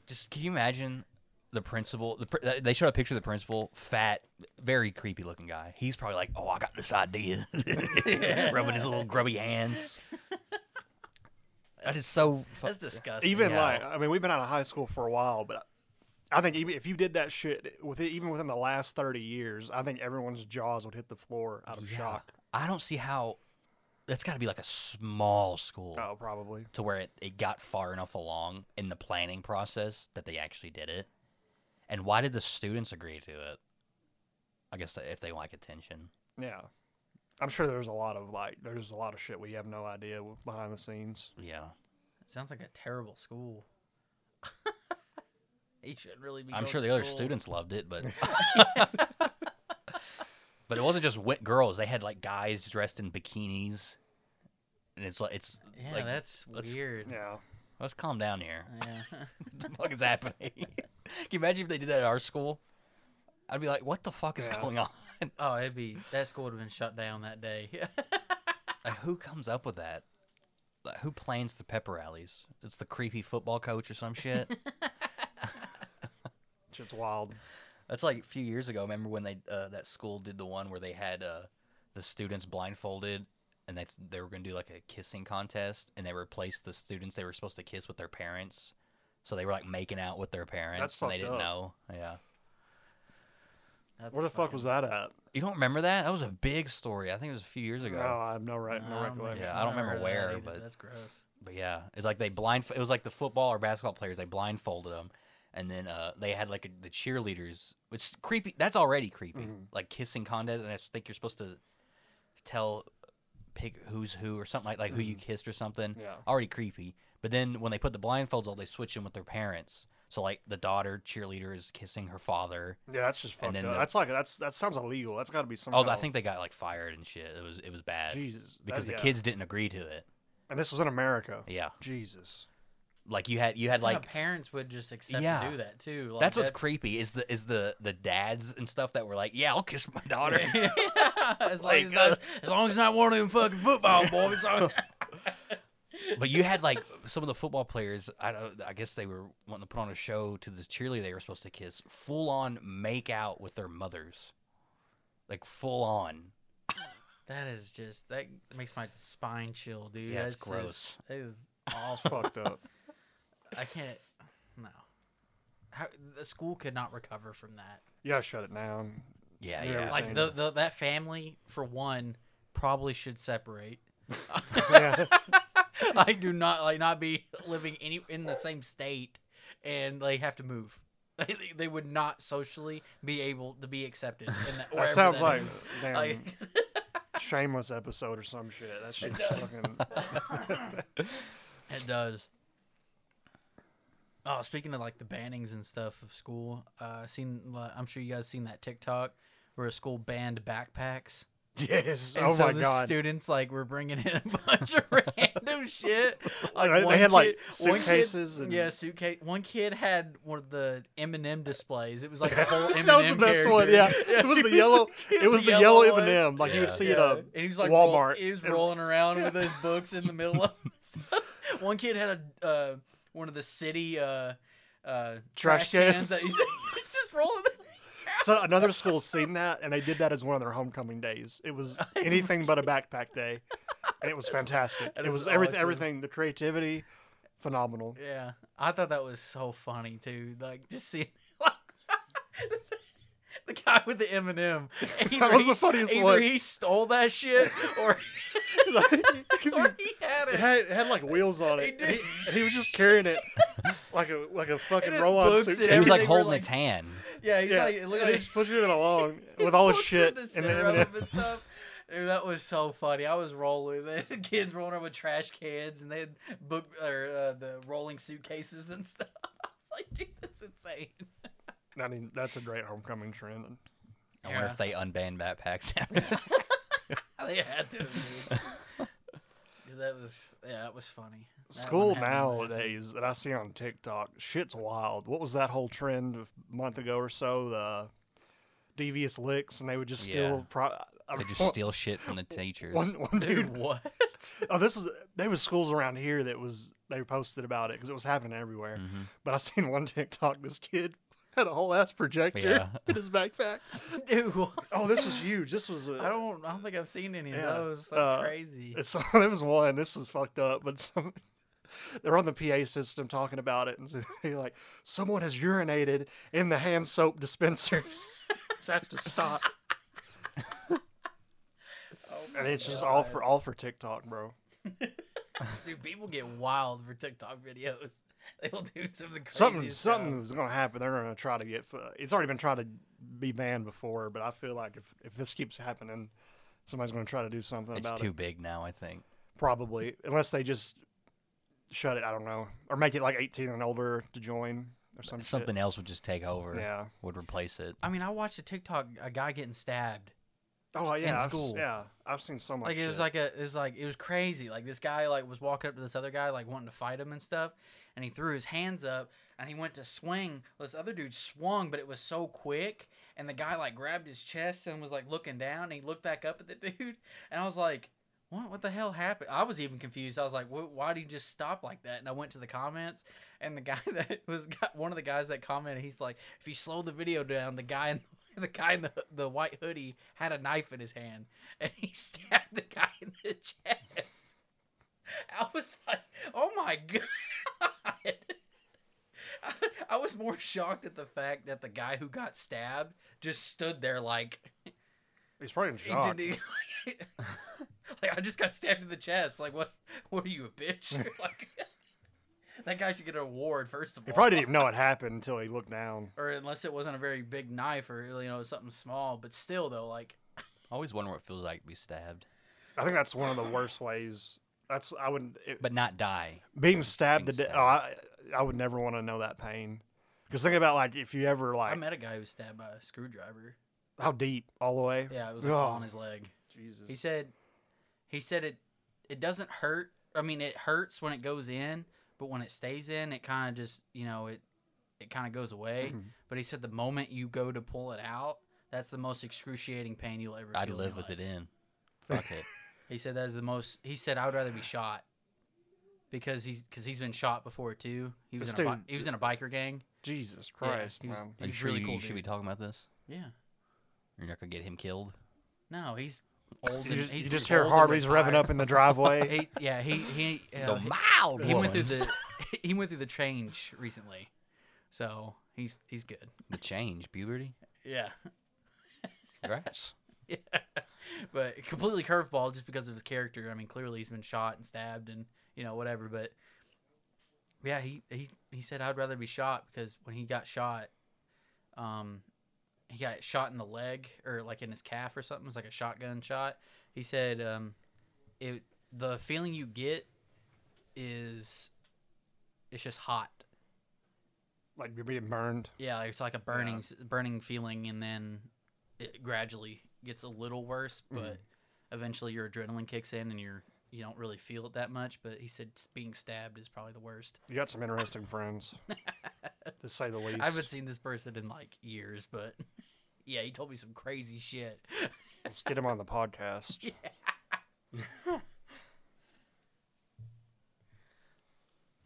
Just can you imagine the principal? The pr- they showed a picture of the principal, fat, very creepy looking guy. He's probably like, "Oh, I got this idea," rubbing his little grubby hands. That is so. Fu-
That's disgusting.
even
Yeah.
like I mean, we've been out of high school for a while, but I think even if you did that shit with even within the last thirty years, I think everyone's jaws would hit the floor out of shock.
I don't see how that's got to be like a small school
Oh, probably.
to where it, it got far enough along in the planning process that they actually did it. And why did the students agree to it? I guess if they like attention.
Yeah. I'm sure there's a lot of like there's a lot of shit we have no idea w- behind the scenes.
Yeah.
It sounds like a terrible school. he should really be.
I'm
going
sure
to
the other
school.
students loved it, but but it wasn't just wit girls. They had like guys dressed in bikinis, and it's like it's
Yeah,
like
that's
let's-
weird.
Yeah.
let's calm down here.
Yeah.
what the fuck is happening? Can you imagine if they did that at our school? I'd be like, what the fuck is
Yeah.
going on?
oh, it'd be that school would have been shut down that day.
Like, who comes up with that? Like, who plans the pep rallies? It's the creepy football coach or some shit.
Shit's wild.
That's like a few years ago. Remember when they uh, that school did the one where they had uh, the students blindfolded and they they were going to do like a kissing contest and they replaced the students they were supposed to kiss with their parents. So they were like making out with their parents and they
fucked
didn't
up.
know. Yeah.
That's
Where the fuck was that at?
You don't remember that? That was a big story. I think it was a few years ago.
No, I have no right, no
I don't think
recollection.
Yeah,
I've
I don't
ever
remember
heard of that
where,
either.
but-
that's gross.
But yeah, it's like they blind. It was like the football or basketball players. They blindfolded them, and then uh, they had like a, the cheerleaders. It's creepy. That's already creepy.
Mhm.
Like kissing contest, and I think you're supposed to tell pick who's who or something like like who you kissed or something.
Mm-hmm. Yeah.
Already creepy. But then when they put the blindfolds on, they switch them with their parents. So like the daughter cheerleader is kissing her father.
Yeah, that's just fucked
And
up.
then the-
that's like that's that sounds illegal. That's got to be some.
Oh,
kind
I
of-
think they got like fired and shit. It was it was bad
Jesus that-
because the
yeah.
kids didn't agree to it.
and this was in America.
Yeah,
Jesus.
like you had you had
Like
like
parents would just accept to
Yeah.
do that too. Like,
that's what's creepy is the is the the dads and stuff that were like, yeah, I'll kiss my daughter.
yeah, as, long
Like, uh,
as, not, as long as not one of them fucking football boys. I-
but you had like some of the football players. I don't. I guess they were wanting to put on a show to the cheerleader they were supposed to kiss. Full on make out with their mothers, like full on.
that is just that makes my spine chill, dude.
Yeah, it's
That's
gross.
Just, it is
It's fucked up.
I can't. No. How, the school could not recover from that.
You gotta shut it down.
Yeah,
Yeah,
yeah.
I
Like
think-
the, the, that family, for one, probably should separate.
Yeah.
I do not like not be living any in the same state, and they have to move. They, they would not socially be able to be accepted. In that,
that
wherever
sounds
that
like
is.
a damn
Like,
shameless episode or some shit. That shit's
does.
fucking.
It does. Oh, speaking of like the bannings and stuff of school, uh, I seen like, I'm sure you guys seen that TikTok where a school banned backpacks.
yes.
And
oh
so
my
the
god.
students like were bringing in a bunch of random shit. Like
They- they
one
had, like,
kid- one kid-
suitcases and-
yeah, suitcase. One kid had one of the M&M displays. It was like a whole M&M.
that was the best one.
character.
Yeah, it was
he
the yellow.
he
It was the yellow M
one.
and M. Like you would
Yeah.
see it
Yeah.
up.
And he was like roll-
Walmart.
he was
And-
rolling around with his books in the middle of stuff. One kid had a uh, one of the city uh, uh,
Trash cans.
that he's, he's just rolling.
So another school's seen that, and they did that as one of their homecoming days. It was anything but a backpack day, and it was fantastic.
that
It
is
was everything.
awesome.
Everything. The creativity, phenomenal.
Yeah, I thought that was so funny too. Like just seeing like the guy with the M and M.
That was the funniest
either
one.
he stole that shit or, or
it,
he had it.
had, it had like wheels on
He
it.
did.
and He, and he was just carrying it like a like a fucking
his
roll on
books and
suitcase.
He was like
everything were,
holding
like,
his hand.
yeah, he's
yeah,
like,
and
look at
he
this
was pushing it along with
His
all his
books
shit.
with the
and
syrup
then-
and stuff. Dude, that was so funny. I was rolling. The kids rolling around with trash cans, and they had book or uh, the rolling suitcases and stuff. I was like, dude, that's insane.
I mean, that's a great homecoming trend.
I wonder
Yeah.
if they unbanned backpacks. after that.
They had to. Because that was yeah, that was funny. That one
School
had me laughing.
nowadays that I see on TikTok, shit's wild. What was that whole trend of a month ago or so? The devious licks, and they would just
Yeah.
steal. Pro- I-
they just
one-
steal shit from the teachers.
One, one dude.
Dude, what?
Oh, this was there was schools around here that was they posted about it because it was happening everywhere.
Mhm.
But I seen one TikTok. This kid had a whole ass projector
Yeah.
in his backpack.
Dude, what?
Oh, this was huge. This was. I
I don't. I don't think I've seen any of
Yeah,
those. That's
uh,
crazy.
And So there was one. This is fucked up, but some they're on the PA system talking about it, and so they're like, "Someone has urinated in the hand soap dispensers. so that's to stop."
Oh
And it's just all for all for TikTok, bro.
Dude, people get wild for TikTok videos. They will do some of the craziest
Something
stuff.
something's gonna happen. They're gonna try to get. f- It's already been trying to be banned before, but I feel like if if this keeps happening, somebody's gonna try to do something
It's
about
too
it.
big now, I think.
Probably, unless they just shut it. I don't know, or make it like 18 and older to join or some shit.
Something else would just take over.
Yeah.
Would replace it.
I mean, I watched a TikTok a guy getting stabbed.
Oh yeah,
in
I've s-
school.
Yeah, I've seen so much.
Like it was
shit.
like a it was like it was crazy. Like this guy like was walking up to this other guy like wanting to fight him and stuff, and he threw his hands up and he went to swing. This other dude swung, but it was so quick, and the guy like grabbed his chest and was like looking down. And he looked back up at the dude, and I was like. What, what the hell happened? I was even confused. I was like, "Wh- why did he just stop like that? And I went to the comments, and the guy that was got, one of the guys that commented, he's like, if you slow the video down, the guy in the guy in the, the white hoodie had a knife in his hand, and he stabbed the guy in the chest. I was like, oh my god. I, I was more shocked at the fact that the guy who got stabbed just stood there like,
he's probably in
he
shock.
didn't- e- like I just got stabbed in the chest. Like what? What are you a bitch? like that guy should get an award first of all.
He probably didn't even know it happened until he looked down.
or unless it wasn't a very big knife or you know something small. But still though, like
I always wonder what it feels like to be stabbed,
I think that's one of the worst ways. That's I would it,
but not die.
being stabbed to
being
death. Oh, I, I would never want to know that pain. Because think about like if you ever
I
like
met a guy who was stabbed by a screwdriver.
how deep all the way.
Yeah, it was like
Oh,
on his leg.
Jesus.
He said, he said it, it doesn't hurt. I mean, it hurts when it goes in, but when it stays in, it kind of just, you know, it, it kind of goes away.
Mm-hmm.
Mhm.
But he said the moment you go to pull it out, that's the most excruciating pain you'll ever.
I'd
feel
live with it in. Fuck it.
In. He said that's the most. He said I would rather be shot because he's because he's been shot before too. He was
This
in a, bi-
dude-
he was in a biker gang.
Jesus Christ,
he was-
man.
Are you
He's
sure
really
you,
cool
you should be
dude.
talking about this?
Yeah.
You're not gonna get him killed.
No, he's old.
You
and-
just,
he's
you just hear
old and
Harley's revving
retired.
up in the driveway.
He, yeah, he he uh,
the mild
he went through
ones.
the he went through the change recently, so he's he's good.
the change, puberty.
Yeah,
Congrats.
yeah. But completely curveball just because of his character. I mean, clearly he's been shot and stabbed and you know whatever. But yeah, he he he said I'd rather be shot because when he got shot, um, he got shot in the leg or like in his calf or something. It was like a shotgun shot. He said um, it the feeling you get is it's just hot.
like you're being burned.
Yeah, like, it's like a burning, s burning feeling, and then it gradually gets a little worse,
Mm-hmm.
but eventually your adrenaline kicks in, and you're you don't really feel it that much. But he said s- being stabbed is probably the worst.
You got some interesting friends, to say the least.
I haven't seen this person in like years, but yeah, he told me some crazy shit.
Let's get him on the podcast.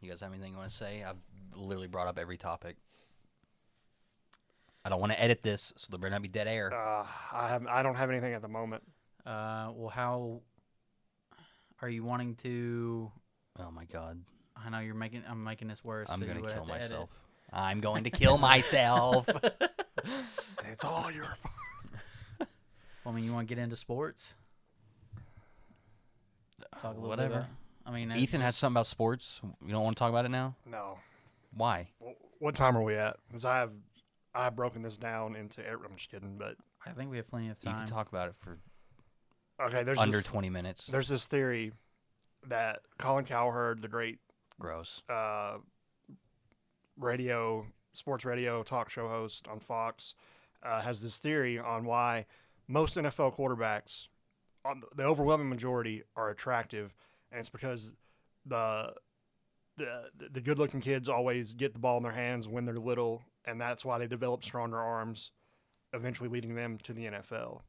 You guys have anything you want to say? I've literally brought up every topic. I don't want to edit this, so there better not be dead air.
Uh, I have. I don't have anything at the moment.
Uh, well, how are you wanting to?
Oh my god,
I know you're making. I'm making this worse.
I'm
so you
gonna
would
kill
have to edit.
myself. I'm going to kill myself.
It's all your fault.
Well, I mean, you want to get into sports? Talk a little bit
whatever.
about- I mean, it's
Ethan
just-
has something about sports. You don't want to talk about it now?
No.
Why?
Wh- What time are we at? Because I have, I have broken this down into. every- I'm just kidding, but
I think we have plenty of
You
time.
can talk about it for
okay. There's
under
this,
20 minutes.
There's this theory that Colin Cowherd, the great
Gross.
uh, radio sports radio talk show host on Fox, uh, has this theory on why most NFL quarterbacks, on the overwhelming majority, are attractive, and it's because the the the good looking kids always get the ball in their hands when they're little, and that's why they develop stronger arms, eventually leading them to the NFL.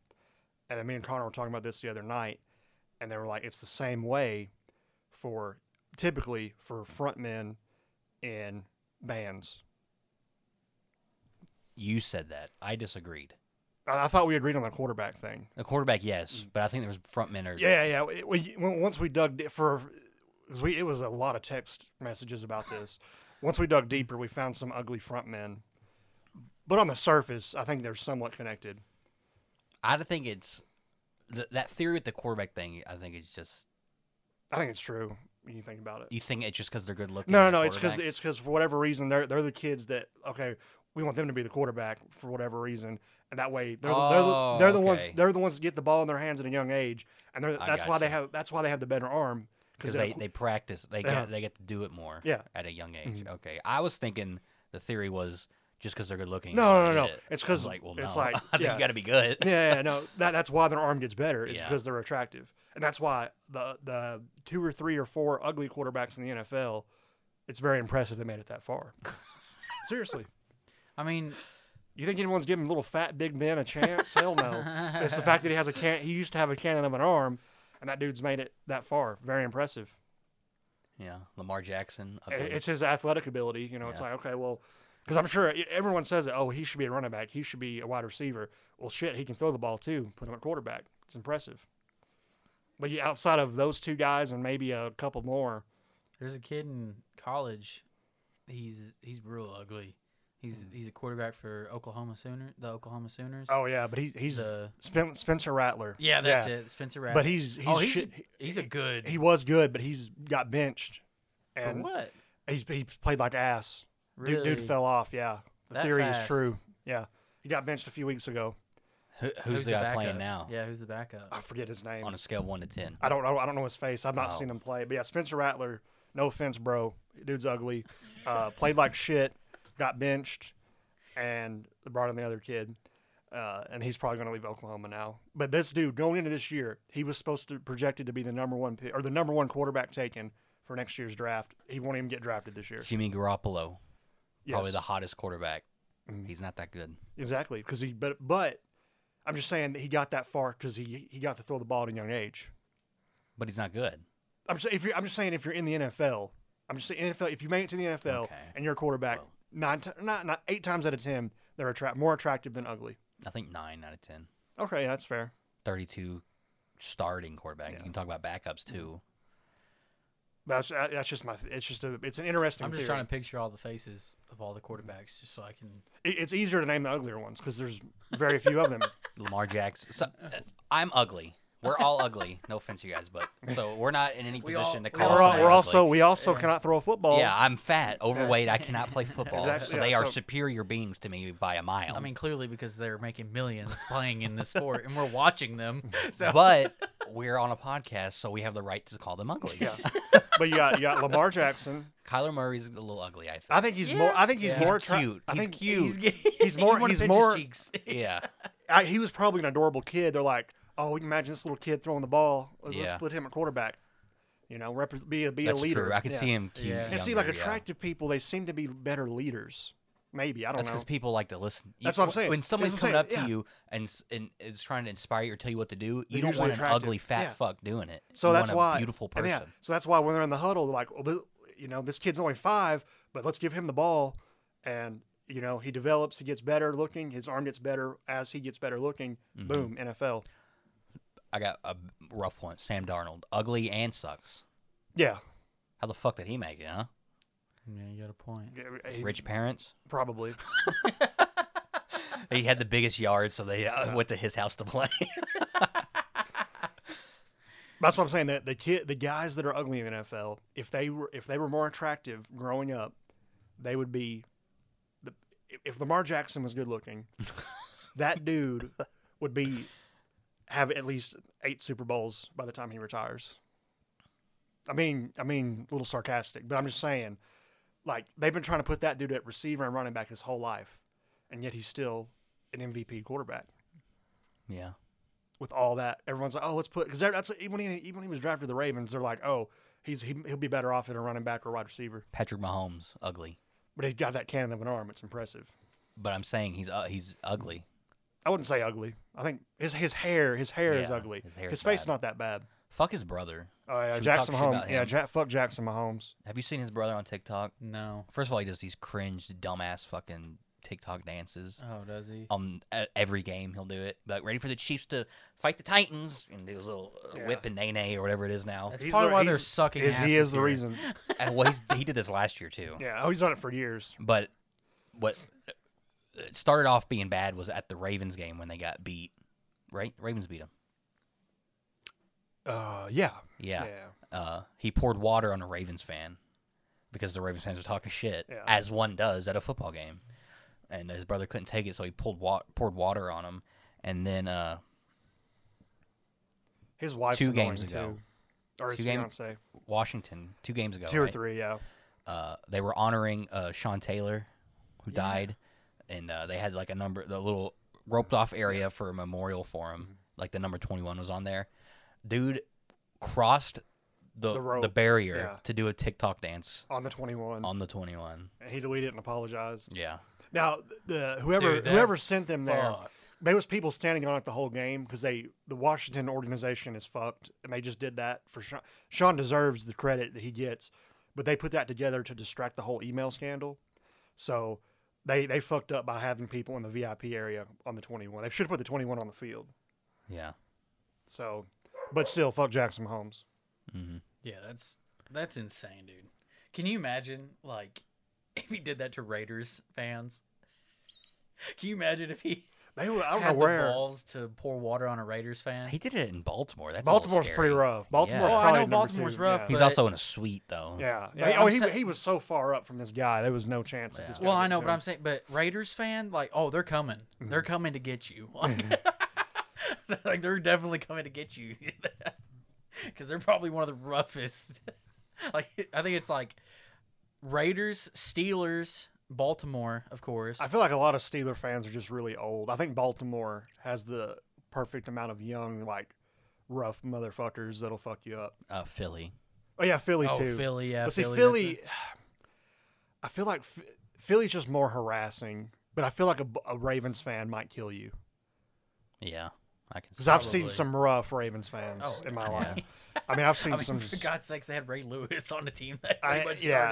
And then me and Connor were talking about this the other night, and they were like, it's the same way for typically for front men in bands.
You said that. I disagreed.
I, I thought we agreed on the quarterback thing.
A quarterback, yes, but I think there was front men or
Mm. Yeah, yeah. it- we, when- once we dug di- for, cause we it was a lot of text messages about this. once we dug deeper, we found some ugly front men. But on the surface, I think they're somewhat connected.
I think it's th- that theory with the quarterback thing, I think is just
I think it's true. When you think about it.
you think it's just because they're good looking.
No,
and
no, no. It's because
quarterbacks?
it's because for whatever reason they're they're the kids that okay we want them to be the quarterback for whatever reason, and that way they're the, they're, the,
Oh,
they're the ones
okay.
they're the ones that get the ball in their hands at a young age, and they're,
I
that's why they
gotcha.
have that's why they have the better arm
because
they're
they,
qu-
they practice they
Yeah.
get they get to do it more
Yeah. Mm-hmm.
at a young age. Okay, I was thinking the theory was just because they're good looking.
No,
is why
no,
they
no,
did
no.
it.
It's
I was
'cause
like well,
it's
no.
like-
I think
yeah.
you got to be good.
yeah, yeah, no, that that's why their arm gets better. It's
Yeah.
because they're attractive, and that's why the the two or three or four ugly quarterbacks in the NFL, it's very impressive they made it that far. Seriously,
I mean,
you think anyone's giving little fat big man a chance? Hell no. It's the fact that he has a can. He used to have a cannon of an arm, and that dude's made it that far. Very impressive.
Yeah, Lamar Jackson.
I-
ugly.
It's his athletic ability. You know, it's
Yeah.
like okay, well, because I'm sure e- everyone says it. Oh, he should be a running back. He should be a wide receiver. Well, shit, he can throw the ball too. Put him at quarterback. It's impressive. But yeah, outside of those two guys and maybe a couple more,
There's a kid in college. He's he's real ugly. He's
Mm.
he's a quarterback for Oklahoma Sooner, the Oklahoma Sooners.
oh yeah, but he, he's
the
Spen- Spencer Rattler.
yeah, that's it, Spencer Rattler.
But he's he's
oh, he's
shit- he-
he's a good
he was good, but he's got benched,
for
and
what?
he's he played like ass.
Really?
Dude, dude fell off. Yeah, the
That
theory is
fast?
true. Yeah, he got benched a few weeks ago.
Who, who's, the guy playing now?
backup? Yeah, who's the backup?
I forget his name.
On a scale of one to ten.
I don't know. I don't know his face. I've not
Wow.
seen him play. But yeah, Spencer Rattler. No offense, bro. Dude's ugly. Uh, played like shit. Got benched, and they brought in the other kid. Uh, and he's probably going to leave Oklahoma now. But this dude going into this year, he was supposed to projected to be the number one pick or the number one quarterback taken for next year's draft. He won't even get drafted this year.
Jimmy Garoppolo, probably
Yes.
the hottest quarterback.
Mhm.
He's not that good.
Exactly, because he but but I'm just saying that he got that far because he he got to throw the ball at a young age.
But he's not good.
I'm just if you're I'm just saying if you're in the NFL, I'm just saying NFL if you make it to the NFL
Okay.
and you're a quarterback,
Well.
nine ti- not not eight times out of ten they're attract more attractive than ugly.
I think nine out of ten.
Okay, that's fair.
Thirty-two starting quarterback.
Yeah.
You can talk about backups too.
That's that's just my it's just a it's an interesting.
I'm just
theory.
trying to picture all the faces of all the quarterbacks just so I can.
It- It's easier to name the uglier ones because there's very few of them.
Lamar Jackson. So, uh, I'm ugly. We're all ugly. No offense, you guys, but so we're not in any
We
position
all-
to
we
call.
all-
we're, all,
somebody
we're
ugly.
also we also
Yeah.
cannot throw a football.
Yeah, I'm fat, overweight. I cannot play football.
Exactly,
So
yeah,
they are
so-
superior beings to me by a mile.
I mean, clearly because they're making millions playing in this sport, and we're watching them. So
but we're on a podcast, so we have the right to call them ugly.
Yeah. but you got you got Lamar Jackson.
Kyler Murray's a little ugly, I think.
I think he's more. I think he's
Yeah.
he's
more attra-
cute.
I
he's
think
cute.
He's more-
wanna
he's
pinch
more-
His cheeks.
yeah.
I, he was probably an adorable kid. They're like, oh, can you imagine this little kid throwing the ball. Let's
Yeah.
put him at quarterback. You know, rep- be a be
That's
a leader.
true. I could
Yeah.
see him cute.
Yeah.
And see, like
younger, yeah.
attractive people, they seem to be better leaders. Maybe I don't
That's
know.
because people like to listen. You-
That's what I'm
wh-
saying.
When
That's
someone's
what I'm
coming up to
saying, yeah.
you and, s- and is trying to inspire you or tell you what to do, you
They're
don't
usually
want
attractive.
an ugly fat
Yeah.
fuck doing it.
so
You
that's
want a
why
beautiful
and
person.
Yeah, so that's why when they're in the huddle, they're like, well, this, you know, this kid's only five, but let's give him the ball, and you know, he develops, he gets better looking, his arm gets better as he gets better looking.
Mm-hmm.
Boom, NFL.
I got a b- rough one. Sam Darnold, ugly and sucks.
Yeah,
How the fuck did he make it? Huh?
Yeah, you got a point.
Yeah, he-
Rich parents.
probably.
He had the biggest yard, so they uh, went to his house to play.
That's what I'm saying. That the kid, the guys that are ugly in the NFL, if they were if they were more attractive growing up, they would be. The, if Lamar Jackson was good looking, that dude would be have at least eight Super Bowls by the time he retires. I mean, I mean, a little sarcastic, but I'm just saying, like they've been trying to put that dude at receiver and running back his whole life, and yet he's still an MVP quarterback
yeah.
with all that. Everyone's like, oh, let's put because that's what- even when he, even when he was drafted to the Ravens, they're like, oh, he's he, he'll be better off at a running back or wide receiver.
Patrick Mahomes, ugly.
But he got that cannon of an arm. It's impressive.
But I'm saying he's uh, he's ugly.
I wouldn't say ugly. I think his his hair his hair is
Yeah,
ugly.
his
His,
hair is
face
bad.
not that bad.
Fuck his brother.
Oh yeah,
Should we
Jackson
talk shit
Mahomes.
about
Yeah,
him?
ja- fuck Jackson Mahomes.
Have you seen his brother on TikTok?
No.
First of all, he does these cringe, dumbass, fucking TikTok dances.
Oh, does he?
On um, every game, he'll do it. Like, ready for the Chiefs to fight the Titans, and do his little uh,
Yeah.
whip and nay nay or whatever it is now.
That's
He's
probably
the-
why they're
he's-
sucking.
Is he
asses
is the
here.
reason?
and well, he's, he did this last year too.
Yeah. Oh, he's done it for years.
But what uh, it started off being bad was at the Ravens game when they got beat. Right, Ravens beat him.
Uh, yeah,
Yeah.
yeah,
Uh, he poured water on a Ravens fan because the Ravens fans were talking shit,
Yeah.
as one does at a football game. And his brother couldn't take it, so he pulled wa- poured water on him. And then uh,
His wife's
Two
annoying,
games ago.
too, or his
Two game-
fiance,
Washington, two games ago,
two or
right?
three. Yeah,
uh, they were honoring uh, Sean Taylor, who died, and uh, they had like a number, the little roped off area for a memorial for
Mm-hmm.
him. Like the number twenty one was on there. Dude crossed the
The
the,
rope,
barrier
yeah.
to do a TikTok dance
on the twenty-one,
on the twenty one.
and he deleted it and apologized.
Yeah,
Now, the whoever
Dude,
whoever
that's
sent them there,
Fucked.
there was people standing on it the whole game because they the Washington organization is fucked, and they just did that for Sean. Sean deserves the credit that he gets, but they put that together to distract the whole email scandal. So they they fucked up by having people in the VIP area on the twenty one. They should have put the twenty one on the field.
yeah.
So, but still, fuck Jackson Mahomes.
hmm
Yeah, that's that's insane, dude. Can you imagine like if he did that to Raiders fans? Can you imagine if he
They were, I don't
had
know
the
where.
balls to pour water on a Raiders fan?
He did it in Baltimore. That's a little
Baltimore's pretty
scary.
rough. Baltimore's
Oh, I
probably
know
number
Baltimore's
two,
rough,
yeah.
He's
but-
also in a suite though.
Yeah.
But
Hey, oh,
I'm
he,
sa-
he was so far up from this guy. There was no chance that this guy
well,
would
I
get
know,
to
but
him.
I'm saying, but Raiders fan, like, oh, they're coming.
Mm-hmm.
They're coming to get you. Like, like, they're definitely coming to get you because they're probably one of the roughest. like, I think it's like Raiders, Steelers, Baltimore, of course.
I feel like a lot of Steeler fans are just really old. I think Baltimore has the perfect amount of young, like rough motherfuckers that'll fuck you up.
Uh, Philly.
Oh yeah, Philly
oh,
too.
Philly, yeah.
but see,
Philly,
Philly,
that's
I feel like Ph- Philly's just more harassing. But I feel like a, a Ravens fan might kill you
Yeah, I can.
because
see
I've
it.
seen
Probably.
some rough Ravens fans
Oh,
in my
yeah.
life. I mean, I've seen
I mean,
some.
for God's sakes, they had Ray Lewis on the team that
I-
pretty much
yeah.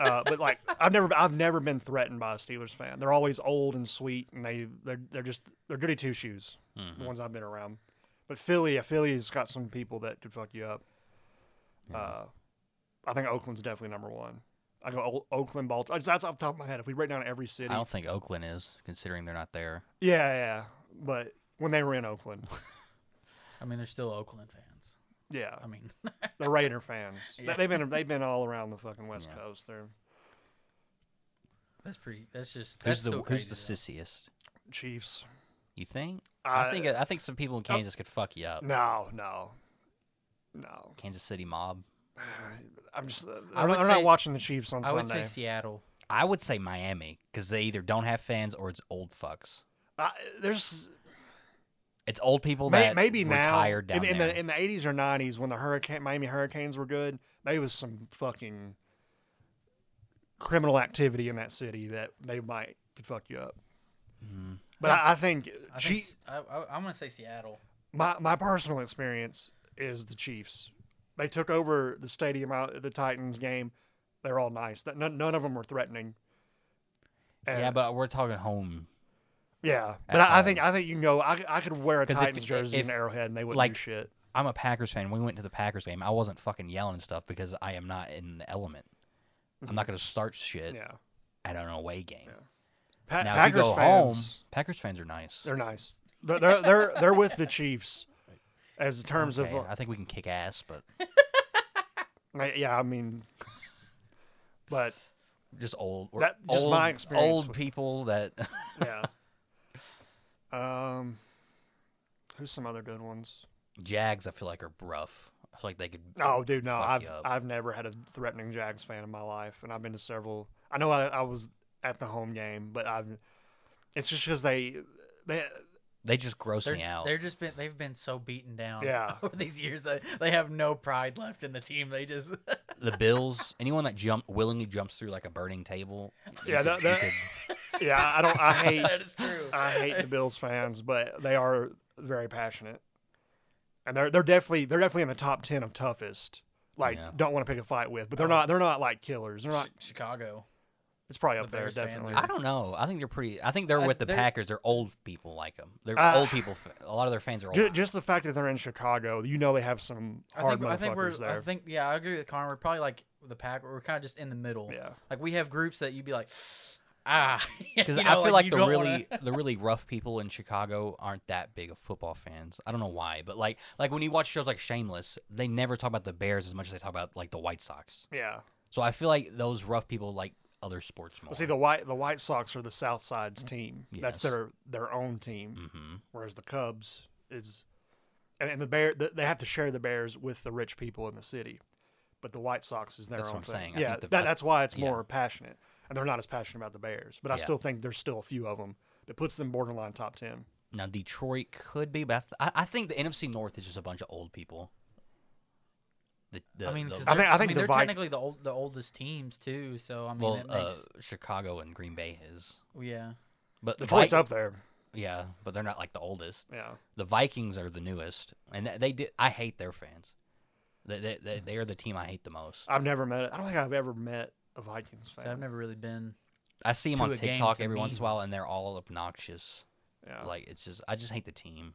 uh, but like I've never I've never been threatened by a Steelers fan. They're always old and sweet, and they they're they're just they're goody two shoes. The
Mhm.
ones I've been around, but Philly, yeah, Philly's got some people that could fuck you up.
Yeah.
Uh, I think Oakland's definitely number one. I go o- Oakland, Baltimore. That's off the top of my head. If we break down every city,
I
yeah,
don't think Oakland is, considering they're not there.
yeah. But when they were in Oakland,
I mean, they're still Oakland fans.
yeah,
I mean,
the Raider fans. They-
Yeah.
They've been they've been all around the fucking West
Yeah.
Coast. They're
that's pretty. That's just. That's
Who's the
so
Who's the
crazy,
sissiest?
Chiefs.
You think? I
uh,
think I think some people in
oh.
Kansas could fuck you up.
no, no, no.
Kansas City mob.
I'm just. Uh,
I
I'm,
would
not, I'm
say-
not watching the Chiefs on
though. I would
Sunday.
say Seattle.
I would say Miami because they either don't have fans or it's old fucks.
I, there's
It's old people
may-
that
maybe now
retired down
in, in
there.
the in the 80s or 90s when the hurricane Miami Hurricanes were good. They was some fucking criminal activity in that city that they might could fuck you up.
Mhm.
But I, I think,
I
Chi-
think, I, I, am gonna say Seattle.
my my personal experience is the Chiefs. They took over the stadium out the Titans game. They're all nice. That none, none of them were threatening. And-
yeah, but we're talking home.
yeah,
at
but I, I
home.
think I think you can go. I, I could wear a
'Cause if-
Titans jersey
if-
and Arrowhead, and they wouldn't
like,
do shit.
I'm a Packers fan. We went to the Packers game. I wasn't fucking yelling and stuff because I am not in the element. I'm not going to start shit
Mm-hmm. Yeah,
at an away game.
Pa-
Now,
Packers
if you go
fans,
home, Packers fans are nice.
they're nice. They're they're they're, they're with the Chiefs as in terms
Okay,
of
I think we can kick ass, but
like, yeah. I mean, but
just old. Or
That- just
old,
my experience
Old
with-
people that.
yeah. Um, who's some other good ones?
Jags, I feel like are rough. I feel like they could.
Oh, dude, no,
fuck
I've
you up.
I've never had a threatening Jags fan in my life, and I've been to several. I know I, I was at the home game, but I've. It's just because they they
they just gross
They're,
me out.
they're just been they've been so beaten down
Yeah.
over these years that they have no pride left in the team. They just
The Bills, anyone that jump willingly jumps through like a burning table. you
Yeah,
could-
that-
you
that-
could-
yeah. I don't. I hate.
that is true.
I hate the Bills fans, but they are very passionate, and they're they're definitely they're definitely in the top ten of toughest. Like,
Yeah.
don't want to pick a fight with, but
Uh-huh.
they're not they're not like killers. They're not.
Chi- Chicago.
It's probably
the
up there
Bears fans
definitely.
I don't know. I think they're pretty. I think they're
I-
with the
Uh, they're-
Packers. They're old people like them. They're
Ah.
old people. fa- A lot of their fans are old.
Ju- just the fact that they're in Chicago, you know they have some
I
hard
think, I
motherfuckers
think we're.
there.
I think yeah, I agree with Connor. We're probably like the pack. We're kind of just in the middle.
yeah,
Like we have groups that you'd be like, ah,
Because
you
I
know,
feel like,
you
the
don't
really
wanna-
the really rough people in Chicago aren't that big of football fans. I don't know why, but like like when you watch shows like Shameless, they never talk about the Bears as much as they talk about like the White Sox.
Yeah.
So I feel like those rough people like other sports more.
Well, see, the white the White Sox are the South
Mm.
Side's team. That's
Yes.
their their own team.
hmm
Whereas the Cubs is, and, and the bear th they have to share the Bears with the rich people in the city, but the White Sox is their
That's what
own
I'm
thing.
saying. I
Yeah,
think the-
that, that's why it's
yeah.
more passionate, and they're not as passionate about the Bears. But I
Yeah.
still think there's still a few of them that puts them borderline top ten.
Now Detroit could be, but I, th- I I think the NFC North is just a bunch of old people. The, the,
I mean,
the-
'cause
I
they're-
think- I think the
they're
Vi-
technically the old, the oldest teams too. So I mean,
well,
that makes
uh, Chicago and Green Bay is,
yeah.
but the
Detroit's
Vi-
up there.
Yeah, but they're not like the oldest.
Yeah,
The Vikings are the newest, and th- they did. I hate their fans. They they, they, they are the team I hate the most.
I've never met. I don't think I've ever met a Vikings fan.
So I've never really been.
I see them
To
on
a game
TikTok
to
every
me.
once in a while, and they're all obnoxious.
yeah.
Like it's just, I just hate the team.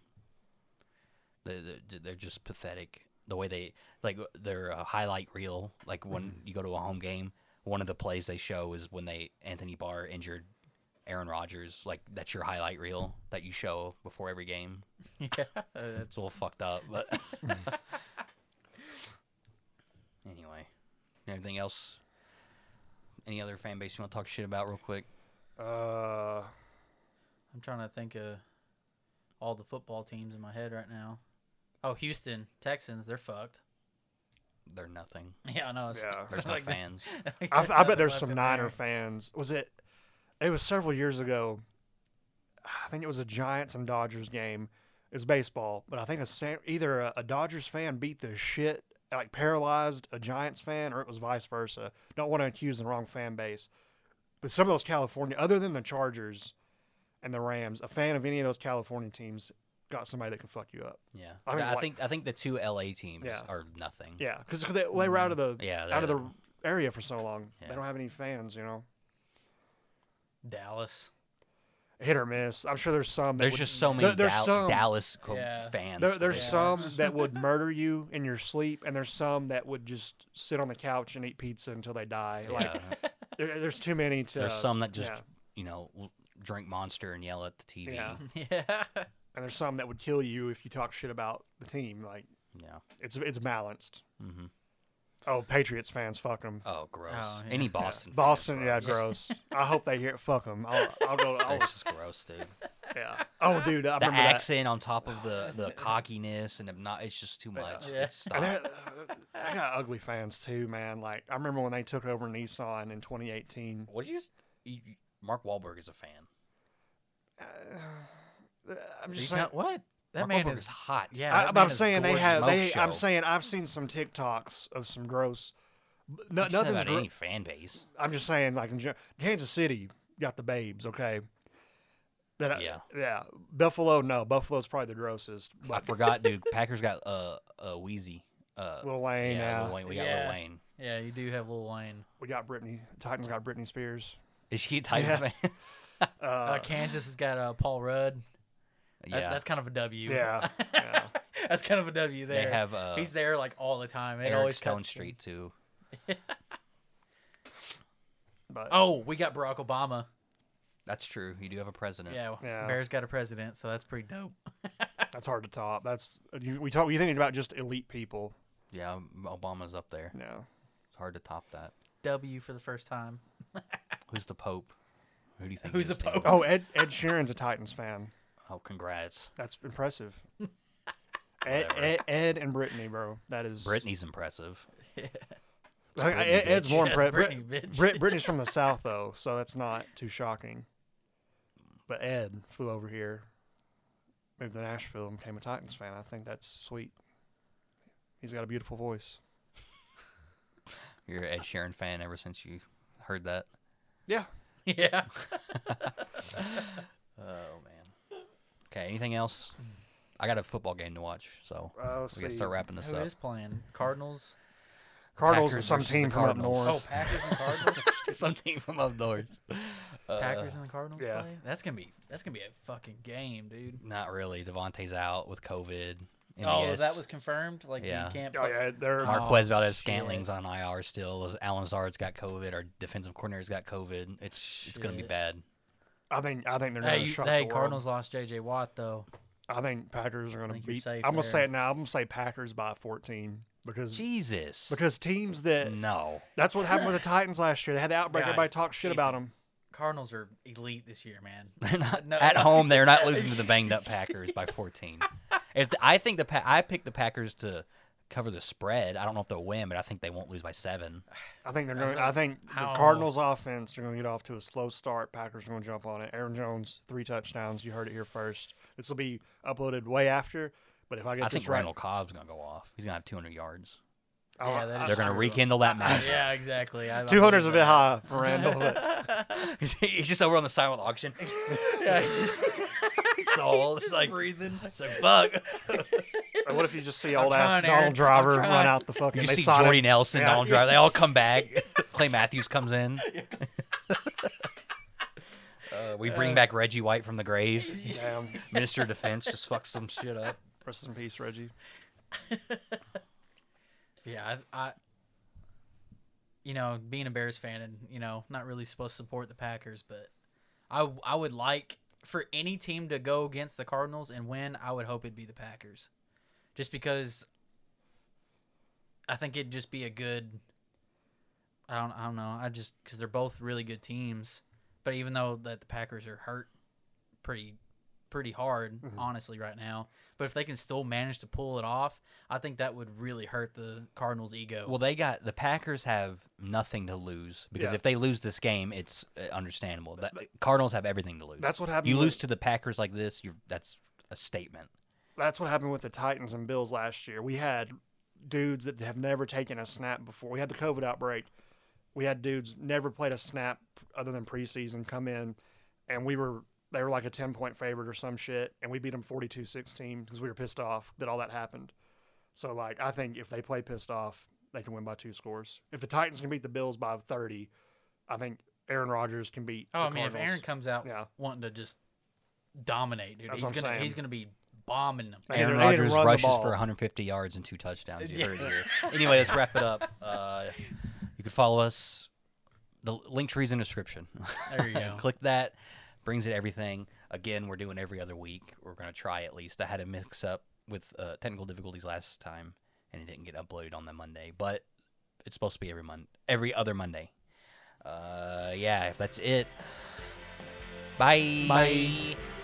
They they're, they're just pathetic. The way they like their uh, highlight reel. Like when you go to a home game, one of the plays they show is when they Anthony Barr injured Aaron Rodgers. Like that's your highlight reel that you show before every game.
Yeah, that's
It's a little fucked up, but anyway. Anything else? Any other fan base you want to talk shit about real quick?
uh,
I'm trying to think of all the football teams in my head right now. Oh, Houston Texans, they're fucked.
They're nothing.
Yeah, I know. it's-
yeah.
There's no
Like,
fans.
I, I bet
nothing
there's
left
some
in there.
Niner fans. Was it? It was several years ago. I think it was a Giants and Dodgers game. It was baseball, but I think a San, either a, a Dodgers fan beat the shit like paralyzed a Giants fan, or it was vice versa. Don't want to accuse the wrong fan base, but some of those California, other than the Chargers and the Rams, a fan of any of those California teams got somebody that can fuck you up.
Yeah.
I mean,
I
like-
think I think the two LA teams
Yeah.
are nothing.
Yeah, because they, they were out of the
Yeah,
out of
they're-
the area for so long.
Yeah.
They don't have any fans, you know.
Dallas.
hit or miss. I'm sure there's some. That
There's
would,
just so many
there- there's
Dal-
some-
Dallas co-
Yeah.
fans.
there, there's
Yeah.
some
Dallas.
that would murder you in your sleep, and there's some that would just sit on the couch and eat pizza until they die. Like
Yeah.
there, there's too many to.
There's some that just
yeah.
you know l- drink Monster and yell at the TV.
Yeah.
Yeah.
and there's some that would kill you if you talk shit about the team. Like
Yeah.
it's it's balanced.
hmm
Oh, Patriots fans, fuck them.
Oh, gross.
Oh, yeah.
Any
Yeah.
Boston? fans,
Boston, yeah,
gross.
gross. I hope they hear it. Fuck them. I'll, I'll go. I'll,
That's just gross, dude.
yeah. Oh, dude, I
the
remember that.
accent on top of the the cockiness and not it's just too much.
Yeah.
It's
And
stop.
they're- they got ugly fans too, man. Like I remember when they took over Nissan in 2018.
What did you, you? you- Mark Wahlberg is a fan.
Uh, I'm
You
just saying.
tell- what? That
Mark
man
Wahlberg
is.
hot.
Yeah.
I,
that
but
man
I'm
is
saying they
gorgeous.
have.
Smoke
They, I'm
show.
saying I've seen some TikToks of some gross. No,
You said
nothing's.
about
Gro-
any fan base.
I'm just saying, like in gen- Kansas City, got the babes. Okay. That I-
Yeah.
yeah. Buffalo, no. Buffalo's probably the grossest.
I
But
forgot, dude. Packers got uh uh Wheezy. Uh,
Lil Wayne,
yeah,
yeah,
Lil Wayne. We got
Yeah.
Lil Wayne.
Yeah, you do have Lil Wayne.
we got Britney. Titans got Britney Spears.
Is she a Titans fan?
Uh,
Uh, Kansas has got uh, Paul Rudd. That,
yeah,
That's kind of a W.
Yeah, yeah.
that's kind of a W there.
they have uh,
He's there like all the time. It
Eric
always
Stone
cuts to-
Street too.
but
Oh, we got Barack Obama.
That's true. You do have a president.
Yeah,
Yeah.
Bears got a president, so that's pretty dope.
that's hard to top. That's you, we talk. We thinking about just elite people.
Yeah, Obama's up there.
No.
It's hard to top that.
W for the first time.
Who's the Pope? Who do you think?
Who's
is,
the
David?
Pope?
Oh, Ed Ed Sheeran's a Titans fan.
Oh, congrats.
That's impressive. Ed,
Whatever.
Ed, Ed and Brittany, bro. That is
Britney's impressive.
Like,
Britney,
Ed- Ed's
bitch.
more
That's
impressive.
Brittany, bitch.
Brit- Brittany's from the south though, so that's not too shocking. But Ed flew over here, moved to Nashville, and became a Titans fan. I think that's sweet. He's got a beautiful voice.
You're an Ed Sheeran fan ever since you heard that.
Yeah.
yeah.
Oh man. Okay. Anything else? I got a football game to watch, so
Uh, let's
we gotta
see.
start wrapping this
Who
up.
is playing? Cardinals.
Cardinals
Packers
is some
versus
team
the
from up
Cardinals.
north.
Oh, Packers and Cardinals.
Some team from up north. Uh,
Packers and the Cardinals
yeah.
play. That's gonna be that's gonna be a fucking game, dude.
Not really. Devontae's out with COVID.
Oh,
MVS.
that was confirmed. Like
Yeah.
you can't.
Oh
put-
yeah, they're
Marquez
Oh,
Valdez
shit.
Scantling's on IR still. Those- Alan Zard's got COVID. Our defensive coordinator's got COVID. It's it's gonna be
Shit.
bad.
I think I think they're
Hey,
going to
you-
shock
hey,
the world.
Cardinals lost J.J. Watt though.
I think Packers are going to
think you're
beat. I'm
safe
going to say
there.
it now. I'm going to say Packers by 14 because
Jesus.
because teams that
Mm.
No.
that's what happened with the Titans last year. They had the outbreak.
Guys,
Everybody talked shit
people.
about them.
Cardinals are elite this year, man.
They're not
No.
at home. They're not losing to the banged up Packers by 14. If the- I think the pa- I picked the Packers to cover the spread. I don't know if they'll win, but I think they won't lose by seven.
I think they're
That's
going.
what-
I think
how-
the Cardinals' offense are going to get off to a slow start. Packers are going to jump on it. Aaron Jones three touchdowns. You heard it here first. This will be uploaded way after. But if I get
I
this
think
right,
Randall Cobb's gonna go off. He's gonna have 200 yards.
I-
Yeah,
Oh,
that
I-
is
They're gonna
true.
rekindle that match.
yeah, exactly. I- I
Two hundred's a
believe
bit
that.
high for Randall. But
He's, he's just over on the side with auction.
yeah, he's,
He's so old. He's
just
like,
breathing.
he's like, fuck.
but what if you just see
I'm
old ass
trying, Aaron.
Donald
I'm
Driver run
trying.
out the fucking?
You
they
see
sign
Jordy
him.
Nelson,
Yeah.
Donald Driver. They all come back. Clay Matthews comes in. Uh, we bring back Reggie White from the grave.
Damn.
Minister of Defense just fucks some shit up.
Rest in peace, Reggie.
Yeah, I, I, you know, being a Bears fan and you know, not really supposed to support the Packers, but I I would like for any team to go against the Cardinals and win. I would hope it'd be the Packers, just because I think it'd just be a good. I don't I don't know. I just because they're both really good teams, but even though that the Packers are hurt pretty pretty hard honestly right now but if they can still manage to pull it off i think that would really hurt the cardinals ego
Well, they got the Packers have nothing to lose because
Yeah.
if they lose this game, it's uh, understandable. That, Cardinals have everything to lose.
That's what happened.
you
with-
lose to the Packers like this. You that's a statement.
that's what happened with the Titans and Bills last year. We had dudes that have never taken a snap before. We had the COVID outbreak. We had dudes never played a snap other than preseason come in, and we were they were like a 10 point favorite or some shit, and we beat them 42 16 because we were pissed off that all that happened. So, like, I think if they play pissed off, they can win by two scores. If the Titans can beat the Bills by 30, I think Aaron Rodgers can beat.
oh
the
i mean if
Cardinals.
aaron comes out
Yeah.
wanting to just dominate dude
That's
he's
what I'm
gonna
saying.
he's gonna be bombing them
They need to-
Aaron
they need to
Rodgers
run the
rushes
ball.
for 150 yards and two touchdowns. You heard it here. Anyway, let's wrap it up. Uh, you can follow us. The link tree's in the description.
There you go.
Click that. Brings it everything. Again, we're doing every other week. We're gonna try at least. I had a mix up with uh, technical difficulties last time, and it didn't get uploaded on the Monday. But it's supposed to be every mon- every other Monday. Uh, yeah, if that's it. Bye.
Bye.